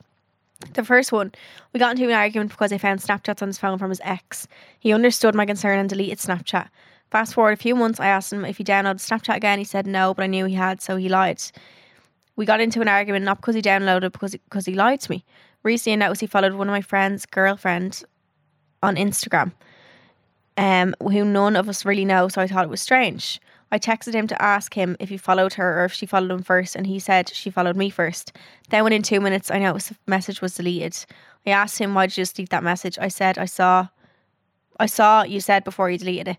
[SPEAKER 2] The first one, we got into an argument because I found Snapchats on his phone from his ex. He understood my concern and deleted Snapchat. Fast forward a few months, I asked him if he downloaded Snapchat again. He said no, but I knew he had, so he lied. We got into an argument not because he downloaded, it, because because he lied to me. Recently, I noticed he followed one of my friend's girlfriend on Instagram, um, who none of us really know. So I thought it was strange. I texted him to ask him if he followed her or if she followed him first, and he said she followed me first. Then, within two minutes, I noticed the message was deleted. I asked him why did you just leave that message. I said I saw, I saw you said before you deleted it,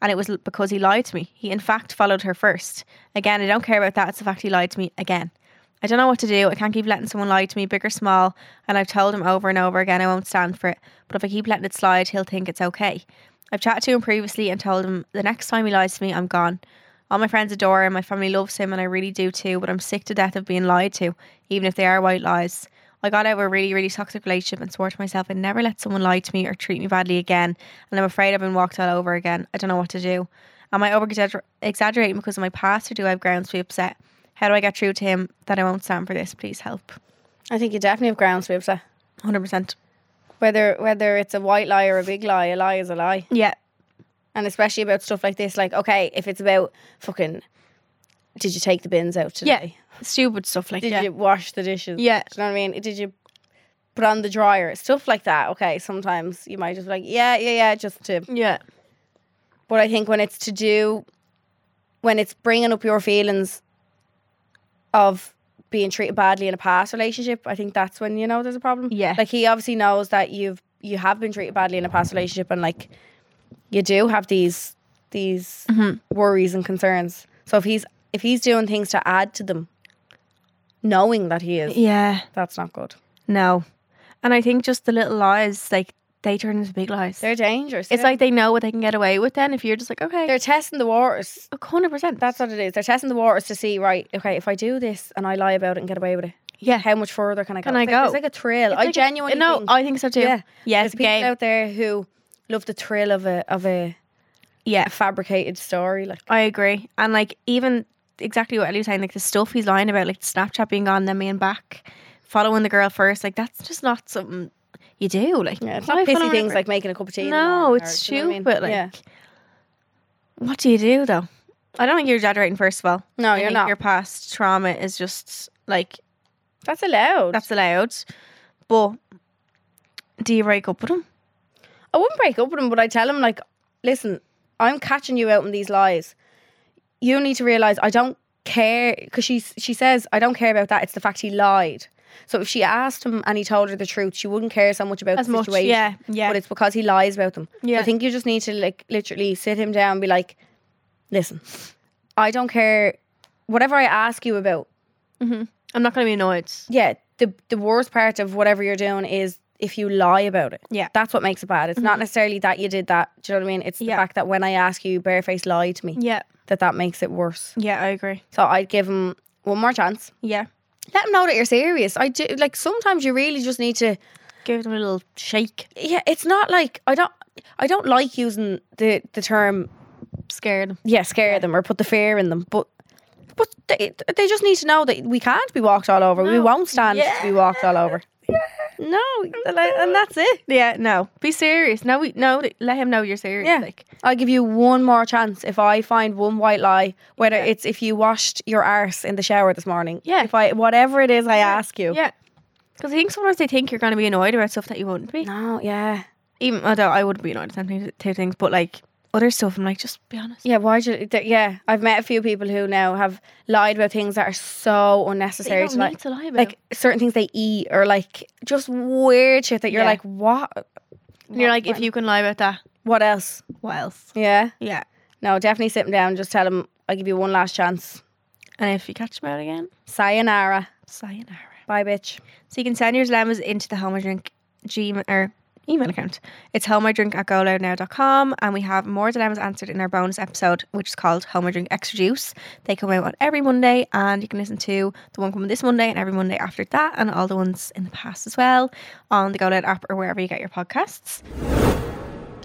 [SPEAKER 2] and it was l- because he lied to me. He in fact followed her first. Again, I don't care about that. It's the fact he lied to me again. I don't know what to do. I can't keep letting someone lie to me, big or small, and I've told him over and over again I won't stand for it. But if I keep letting it slide, he'll think it's okay. I've chatted to him previously and told him the next time he lies to me, I'm gone. All my friends adore him, my family loves him, and I really do too, but I'm sick to death of being lied to, even if they are white lies. I got out of a really, really toxic relationship and swore to myself I'd never let someone lie to me or treat me badly again, and I'm afraid I've been walked all over again. I don't know what to do. Am I over exaggerating because of my past, or do I have grounds to be upset? How do I get through to him that I won't stand for this? Please help.
[SPEAKER 3] I think you definitely have grounds to be upset.
[SPEAKER 2] 100%.
[SPEAKER 3] Whether whether it's a white lie or a big lie, a lie is a lie.
[SPEAKER 2] Yeah.
[SPEAKER 3] And especially about stuff like this, like okay, if it's about fucking, did you take the bins out
[SPEAKER 2] Yeah.
[SPEAKER 3] today?
[SPEAKER 2] Stupid stuff like
[SPEAKER 3] Did
[SPEAKER 2] that.
[SPEAKER 3] you wash the dishes?
[SPEAKER 2] Yeah.
[SPEAKER 3] Do you know what I mean? Did you put on the dryer? Stuff like that. Okay, sometimes you might just be like, yeah, yeah, yeah, just to.
[SPEAKER 2] Yeah.
[SPEAKER 3] But I think when it's to do, when it's bringing up your feelings of being treated badly in a past relationship, I think that's when you know there's a problem.
[SPEAKER 2] Yeah.
[SPEAKER 3] like he obviously knows that you've you have been treated badly in a past relationship, and like you do have these these
[SPEAKER 2] Mm-hmm.
[SPEAKER 3] worries and concerns. So if he's if he's doing things to add to them, knowing that he is,
[SPEAKER 2] yeah.
[SPEAKER 3] that's not good.
[SPEAKER 2] No. And I think just the little lies, like, they turn into big lies.
[SPEAKER 3] They're dangerous.
[SPEAKER 2] it's
[SPEAKER 3] yeah.
[SPEAKER 2] like they know what they can get away with then if you're just like, okay.
[SPEAKER 3] they're testing the waters.
[SPEAKER 2] 100%.
[SPEAKER 3] That's what it is. They're testing the waters to see, right? Okay, if I do this and I lie about it and get away with it,
[SPEAKER 2] yeah.
[SPEAKER 3] how much further can I go?
[SPEAKER 2] Can I
[SPEAKER 3] It's like-
[SPEAKER 2] go?
[SPEAKER 3] It's like a thrill.
[SPEAKER 2] It's
[SPEAKER 3] I
[SPEAKER 2] like a-
[SPEAKER 3] genuinely
[SPEAKER 2] No,
[SPEAKER 3] think
[SPEAKER 2] I think so too.
[SPEAKER 3] Yeah.
[SPEAKER 2] Yeah. Yeah.
[SPEAKER 3] there's
[SPEAKER 2] It's a
[SPEAKER 3] people
[SPEAKER 2] game.
[SPEAKER 3] out there who love the thrill of a of a
[SPEAKER 2] yeah.
[SPEAKER 3] fabricated story. Like
[SPEAKER 2] I agree. And like even exactly what Ellie was saying, like the stuff he's lying about, like the Snapchat being on, then being back, following the girl first, like that's just not something you do. Like
[SPEAKER 3] yeah, it's
[SPEAKER 2] why
[SPEAKER 3] not pissy
[SPEAKER 2] follow
[SPEAKER 3] things
[SPEAKER 2] her?
[SPEAKER 3] like making a cup of tea. in the
[SPEAKER 2] No,
[SPEAKER 3] morning
[SPEAKER 2] it's
[SPEAKER 3] or- do you know what I
[SPEAKER 2] stupid.
[SPEAKER 3] mean?
[SPEAKER 2] Like
[SPEAKER 3] yeah.
[SPEAKER 2] What do you do though? I don't think you're exaggerating. First of all,
[SPEAKER 3] No,
[SPEAKER 2] I
[SPEAKER 3] you're
[SPEAKER 2] think
[SPEAKER 3] not.
[SPEAKER 2] Your past trauma is just like
[SPEAKER 3] That's allowed.
[SPEAKER 2] that's allowed. But do you break up with him?
[SPEAKER 3] I wouldn't break up with him, but I tell him like, listen, I'm catching you out on these lies. You need to realize I don't care because she she says I don't care about that. It's the fact he lied. So if she asked him and he told her the truth, she wouldn't care so much about
[SPEAKER 2] As
[SPEAKER 3] the
[SPEAKER 2] much,
[SPEAKER 3] situation.
[SPEAKER 2] yeah, yeah.
[SPEAKER 3] But it's because he lies about them. So
[SPEAKER 2] Yeah.
[SPEAKER 3] I think you just need to like literally sit him down and be like, listen, I don't care whatever I ask you about.
[SPEAKER 2] I'm not going to be annoyed.
[SPEAKER 3] Yeah, the the worst part of whatever you're doing is if you lie about it.
[SPEAKER 2] Yeah. Mm-hmm.
[SPEAKER 3] That's what makes it bad. It's not necessarily that you did that. Do you know what I mean? It's
[SPEAKER 2] Yeah.
[SPEAKER 3] the fact that when I ask you, you barefaced lie to me.
[SPEAKER 2] Yeah,
[SPEAKER 3] That that makes it worse.
[SPEAKER 2] yeah, I agree.
[SPEAKER 3] So I'd give him one more chance.
[SPEAKER 2] Yeah,
[SPEAKER 3] Let him know that you're serious. I do like sometimes you really just need to.
[SPEAKER 2] give them a little shake.
[SPEAKER 3] Yeah, it's not like I don't. I don't like using the the term
[SPEAKER 2] Scared them.
[SPEAKER 3] yeah scare them or put the fear in them, but. But they, they just need to know that we can't be walked all over. We
[SPEAKER 2] No.
[SPEAKER 3] won't stand
[SPEAKER 2] Yeah.
[SPEAKER 3] to be walked all over. No, like, and that's it.
[SPEAKER 2] Yeah, no, be serious. No, we no, let him know you're serious.
[SPEAKER 3] Yeah.
[SPEAKER 2] like
[SPEAKER 3] I'll give you one more chance if I find one white lie, whether
[SPEAKER 2] Yeah.
[SPEAKER 3] it's if you washed your arse in the shower this morning.
[SPEAKER 2] Yeah.
[SPEAKER 3] If I whatever it is I ask you.
[SPEAKER 2] yeah. Because I think sometimes they think you're going to be annoyed about stuff that you wouldn't be.
[SPEAKER 3] No, yeah.
[SPEAKER 2] Even although I would be annoyed at something, two things, but like other stuff, I'm like, just be honest.
[SPEAKER 3] Yeah, why'd you th- yeah. I've met a few people who now have lied about things that are so
[SPEAKER 2] That
[SPEAKER 3] unnecessary
[SPEAKER 2] you
[SPEAKER 3] to
[SPEAKER 2] don't
[SPEAKER 3] like
[SPEAKER 2] need to lie about.
[SPEAKER 3] like certain things they eat or like just weird shit that you're
[SPEAKER 2] Yeah.
[SPEAKER 3] like, what
[SPEAKER 2] And you're like, if you can lie about that,
[SPEAKER 3] what else?
[SPEAKER 2] what else?
[SPEAKER 3] Yeah.
[SPEAKER 2] Yeah.
[SPEAKER 3] No, definitely sit them down, just tell them I'll give you one last chance.
[SPEAKER 2] And if you catch them out again,
[SPEAKER 3] Sayonara.
[SPEAKER 2] sayonara.
[SPEAKER 3] Bye bitch.
[SPEAKER 2] So you can send your dilemmas into the Home I Drink Gmail or email account. It's homerdrink at goloudnow.com and we have more dilemmas answered in our bonus episode, which is called Home I Drink Extra Juice. They come out on every Monday and you can listen to the one coming this Monday and every Monday after that and all the ones in the past as well on the Go Loud app or wherever you get your podcasts.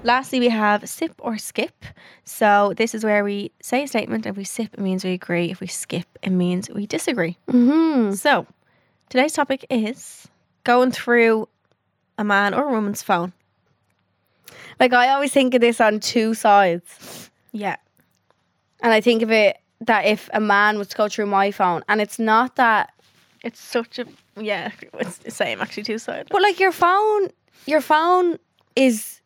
[SPEAKER 2] Lastly, we have sip or skip. So this is where we say a statement. If we sip, it means we agree. If we skip, it means we disagree.
[SPEAKER 3] Mm-hmm.
[SPEAKER 2] Mm. So, today's topic is going through a man or a woman's phone.
[SPEAKER 3] Like I always think of this on two sides.
[SPEAKER 2] Yeah.
[SPEAKER 3] And I think of it that if a man was to go through my phone, and it's not that,
[SPEAKER 2] It's such a yeah, [LAUGHS] it's the same actually two sided.
[SPEAKER 3] but like your phone, your phone is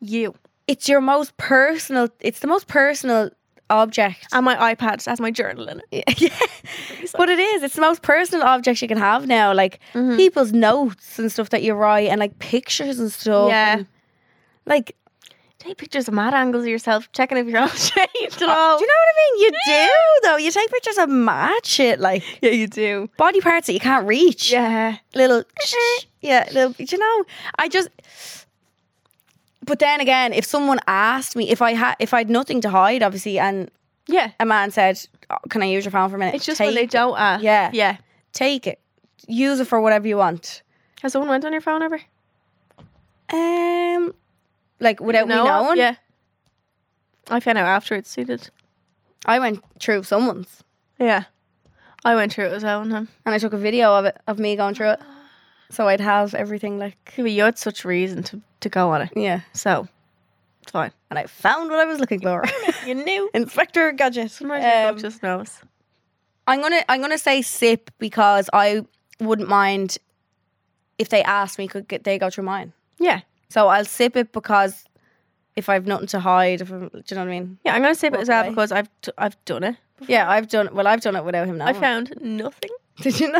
[SPEAKER 2] You
[SPEAKER 3] it's your most personal. It's the most personal object.
[SPEAKER 2] and my iPad has my journal in it.
[SPEAKER 3] [LAUGHS] yeah, but it is. It's the most personal object you can have now. Like
[SPEAKER 2] Mm-hmm.
[SPEAKER 3] people's notes and stuff that you write, and like pictures and stuff.
[SPEAKER 2] Yeah.
[SPEAKER 3] and, like
[SPEAKER 2] Take pictures of mad angles of yourself, checking if you're all [LAUGHS] shaved at all.
[SPEAKER 3] do you know what I mean? You do though. You take pictures of mad shit, like
[SPEAKER 2] Yeah, you do.
[SPEAKER 3] body parts that you can't reach.
[SPEAKER 2] Yeah.
[SPEAKER 3] little [LAUGHS] yeah little do you know i just but then again if someone asked me if i had if i had nothing to hide obviously and
[SPEAKER 2] Yeah.
[SPEAKER 3] a man said oh, can i use your phone for a minute
[SPEAKER 2] It's just when
[SPEAKER 3] take,
[SPEAKER 2] they don't ask.
[SPEAKER 3] Yeah.
[SPEAKER 2] Yeah.
[SPEAKER 3] take it use it for whatever you want
[SPEAKER 2] Has someone went on your phone ever?
[SPEAKER 3] um like without
[SPEAKER 2] No.
[SPEAKER 3] me knowing
[SPEAKER 2] Yeah. I found out afterwards who did.
[SPEAKER 3] i went through someone's
[SPEAKER 2] Yeah. I went through it as well um, on him.
[SPEAKER 3] and i took a video of it of me going through it so i'd have everything like
[SPEAKER 2] Yeah, but you had such reason to, to go on it.
[SPEAKER 3] yeah
[SPEAKER 2] So it's fine.
[SPEAKER 3] and i found what i was
[SPEAKER 2] [LAUGHS]
[SPEAKER 3] looking for [LAUGHS]
[SPEAKER 2] You knew.
[SPEAKER 3] inspector gadget
[SPEAKER 2] Sometimes your dog
[SPEAKER 3] Um,
[SPEAKER 2] just knows.
[SPEAKER 3] I'm gonna I'm gonna say sip because I wouldn't mind if they asked me could get, they go through mine.
[SPEAKER 2] Yeah.
[SPEAKER 3] So I'll sip it because if I've nothing to hide, if I'm, do you know what I mean?
[SPEAKER 2] Yeah, I'm going to sip it as
[SPEAKER 3] Walk
[SPEAKER 2] well
[SPEAKER 3] away.
[SPEAKER 2] because I've, d- I've done it.
[SPEAKER 3] Yeah, I've done well. I've done it without him now.
[SPEAKER 2] I found nothing.
[SPEAKER 3] [LAUGHS]
[SPEAKER 2] [LAUGHS]
[SPEAKER 3] Did you know?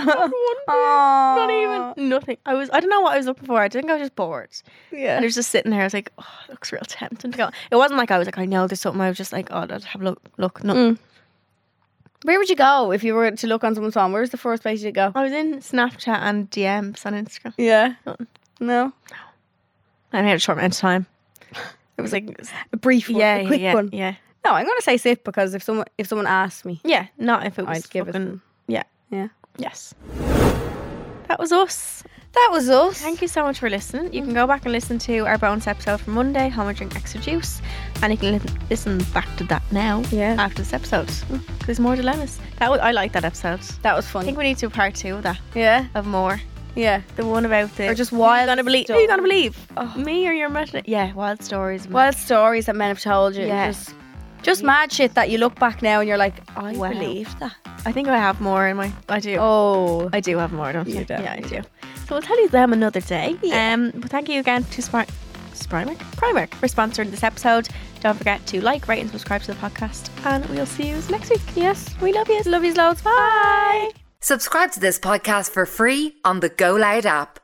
[SPEAKER 2] Not even nothing. I was, I don't know what I was looking for. I think I was just bored.
[SPEAKER 3] even. Yeah.
[SPEAKER 2] And I was just sitting there. I was like, oh, it looks real tempting to go. It wasn't like I was like, I know there's something. I was just like, oh, let's have a look. Look, no.
[SPEAKER 3] Mm. Where would you go if you were to look on someone's phone? Where's the first place you'd go?
[SPEAKER 2] I was in Snapchat and DMs on Instagram.
[SPEAKER 3] Yeah.
[SPEAKER 2] Nothing.
[SPEAKER 3] No.
[SPEAKER 2] And I had a short amount of time. It was like,
[SPEAKER 3] A brief [LAUGHS] one.
[SPEAKER 2] yeah,
[SPEAKER 3] a quick
[SPEAKER 2] yeah,
[SPEAKER 3] one.
[SPEAKER 2] yeah.
[SPEAKER 3] No, I'm gonna say sip because if someone if someone asked me,
[SPEAKER 2] Yeah, not if it was
[SPEAKER 3] I'd give it.
[SPEAKER 2] fucking-
[SPEAKER 3] some.
[SPEAKER 2] Yeah.
[SPEAKER 3] Yeah.
[SPEAKER 2] Yes. That was us.
[SPEAKER 3] That was us.
[SPEAKER 2] Thank you so much for listening. You can go back and listen to our bonus episode from Monday, How I Drink Extra Juice, and you can li- listen back to that now
[SPEAKER 3] Yeah.
[SPEAKER 2] after this episode. Mm, 'Cause There's more dilemmas. That was, I like that episode.
[SPEAKER 3] That was
[SPEAKER 2] I
[SPEAKER 3] fun.
[SPEAKER 2] think we need to do part two of that,
[SPEAKER 3] Yeah.
[SPEAKER 2] of more.
[SPEAKER 3] Yeah.
[SPEAKER 2] The one about the.
[SPEAKER 3] Or just wild
[SPEAKER 2] Who you gonna believe? Who you gonna believe?
[SPEAKER 3] stories.
[SPEAKER 2] Me or your imagination? Yeah, wild stories.
[SPEAKER 3] Wild stories that men have told you.
[SPEAKER 2] Yeah.
[SPEAKER 3] Just Just mad shit that you look back now and you're like, I
[SPEAKER 2] Wow.
[SPEAKER 3] believed that.
[SPEAKER 2] I think I have more in my. I do.
[SPEAKER 3] Oh.
[SPEAKER 2] I do have more, don't
[SPEAKER 3] You
[SPEAKER 2] you?
[SPEAKER 3] do.
[SPEAKER 2] Yeah, I do. So we'll tell you them another day.
[SPEAKER 3] Yeah.
[SPEAKER 2] Um, but thank you again to Spri- Sprimark? Primark for sponsoring this episode. Don't forget to like, rate, and subscribe to the podcast. And we'll see you next week. Yes, we love you. Love you loads. Bye.
[SPEAKER 1] Subscribe to this podcast for free on the Go Loud app.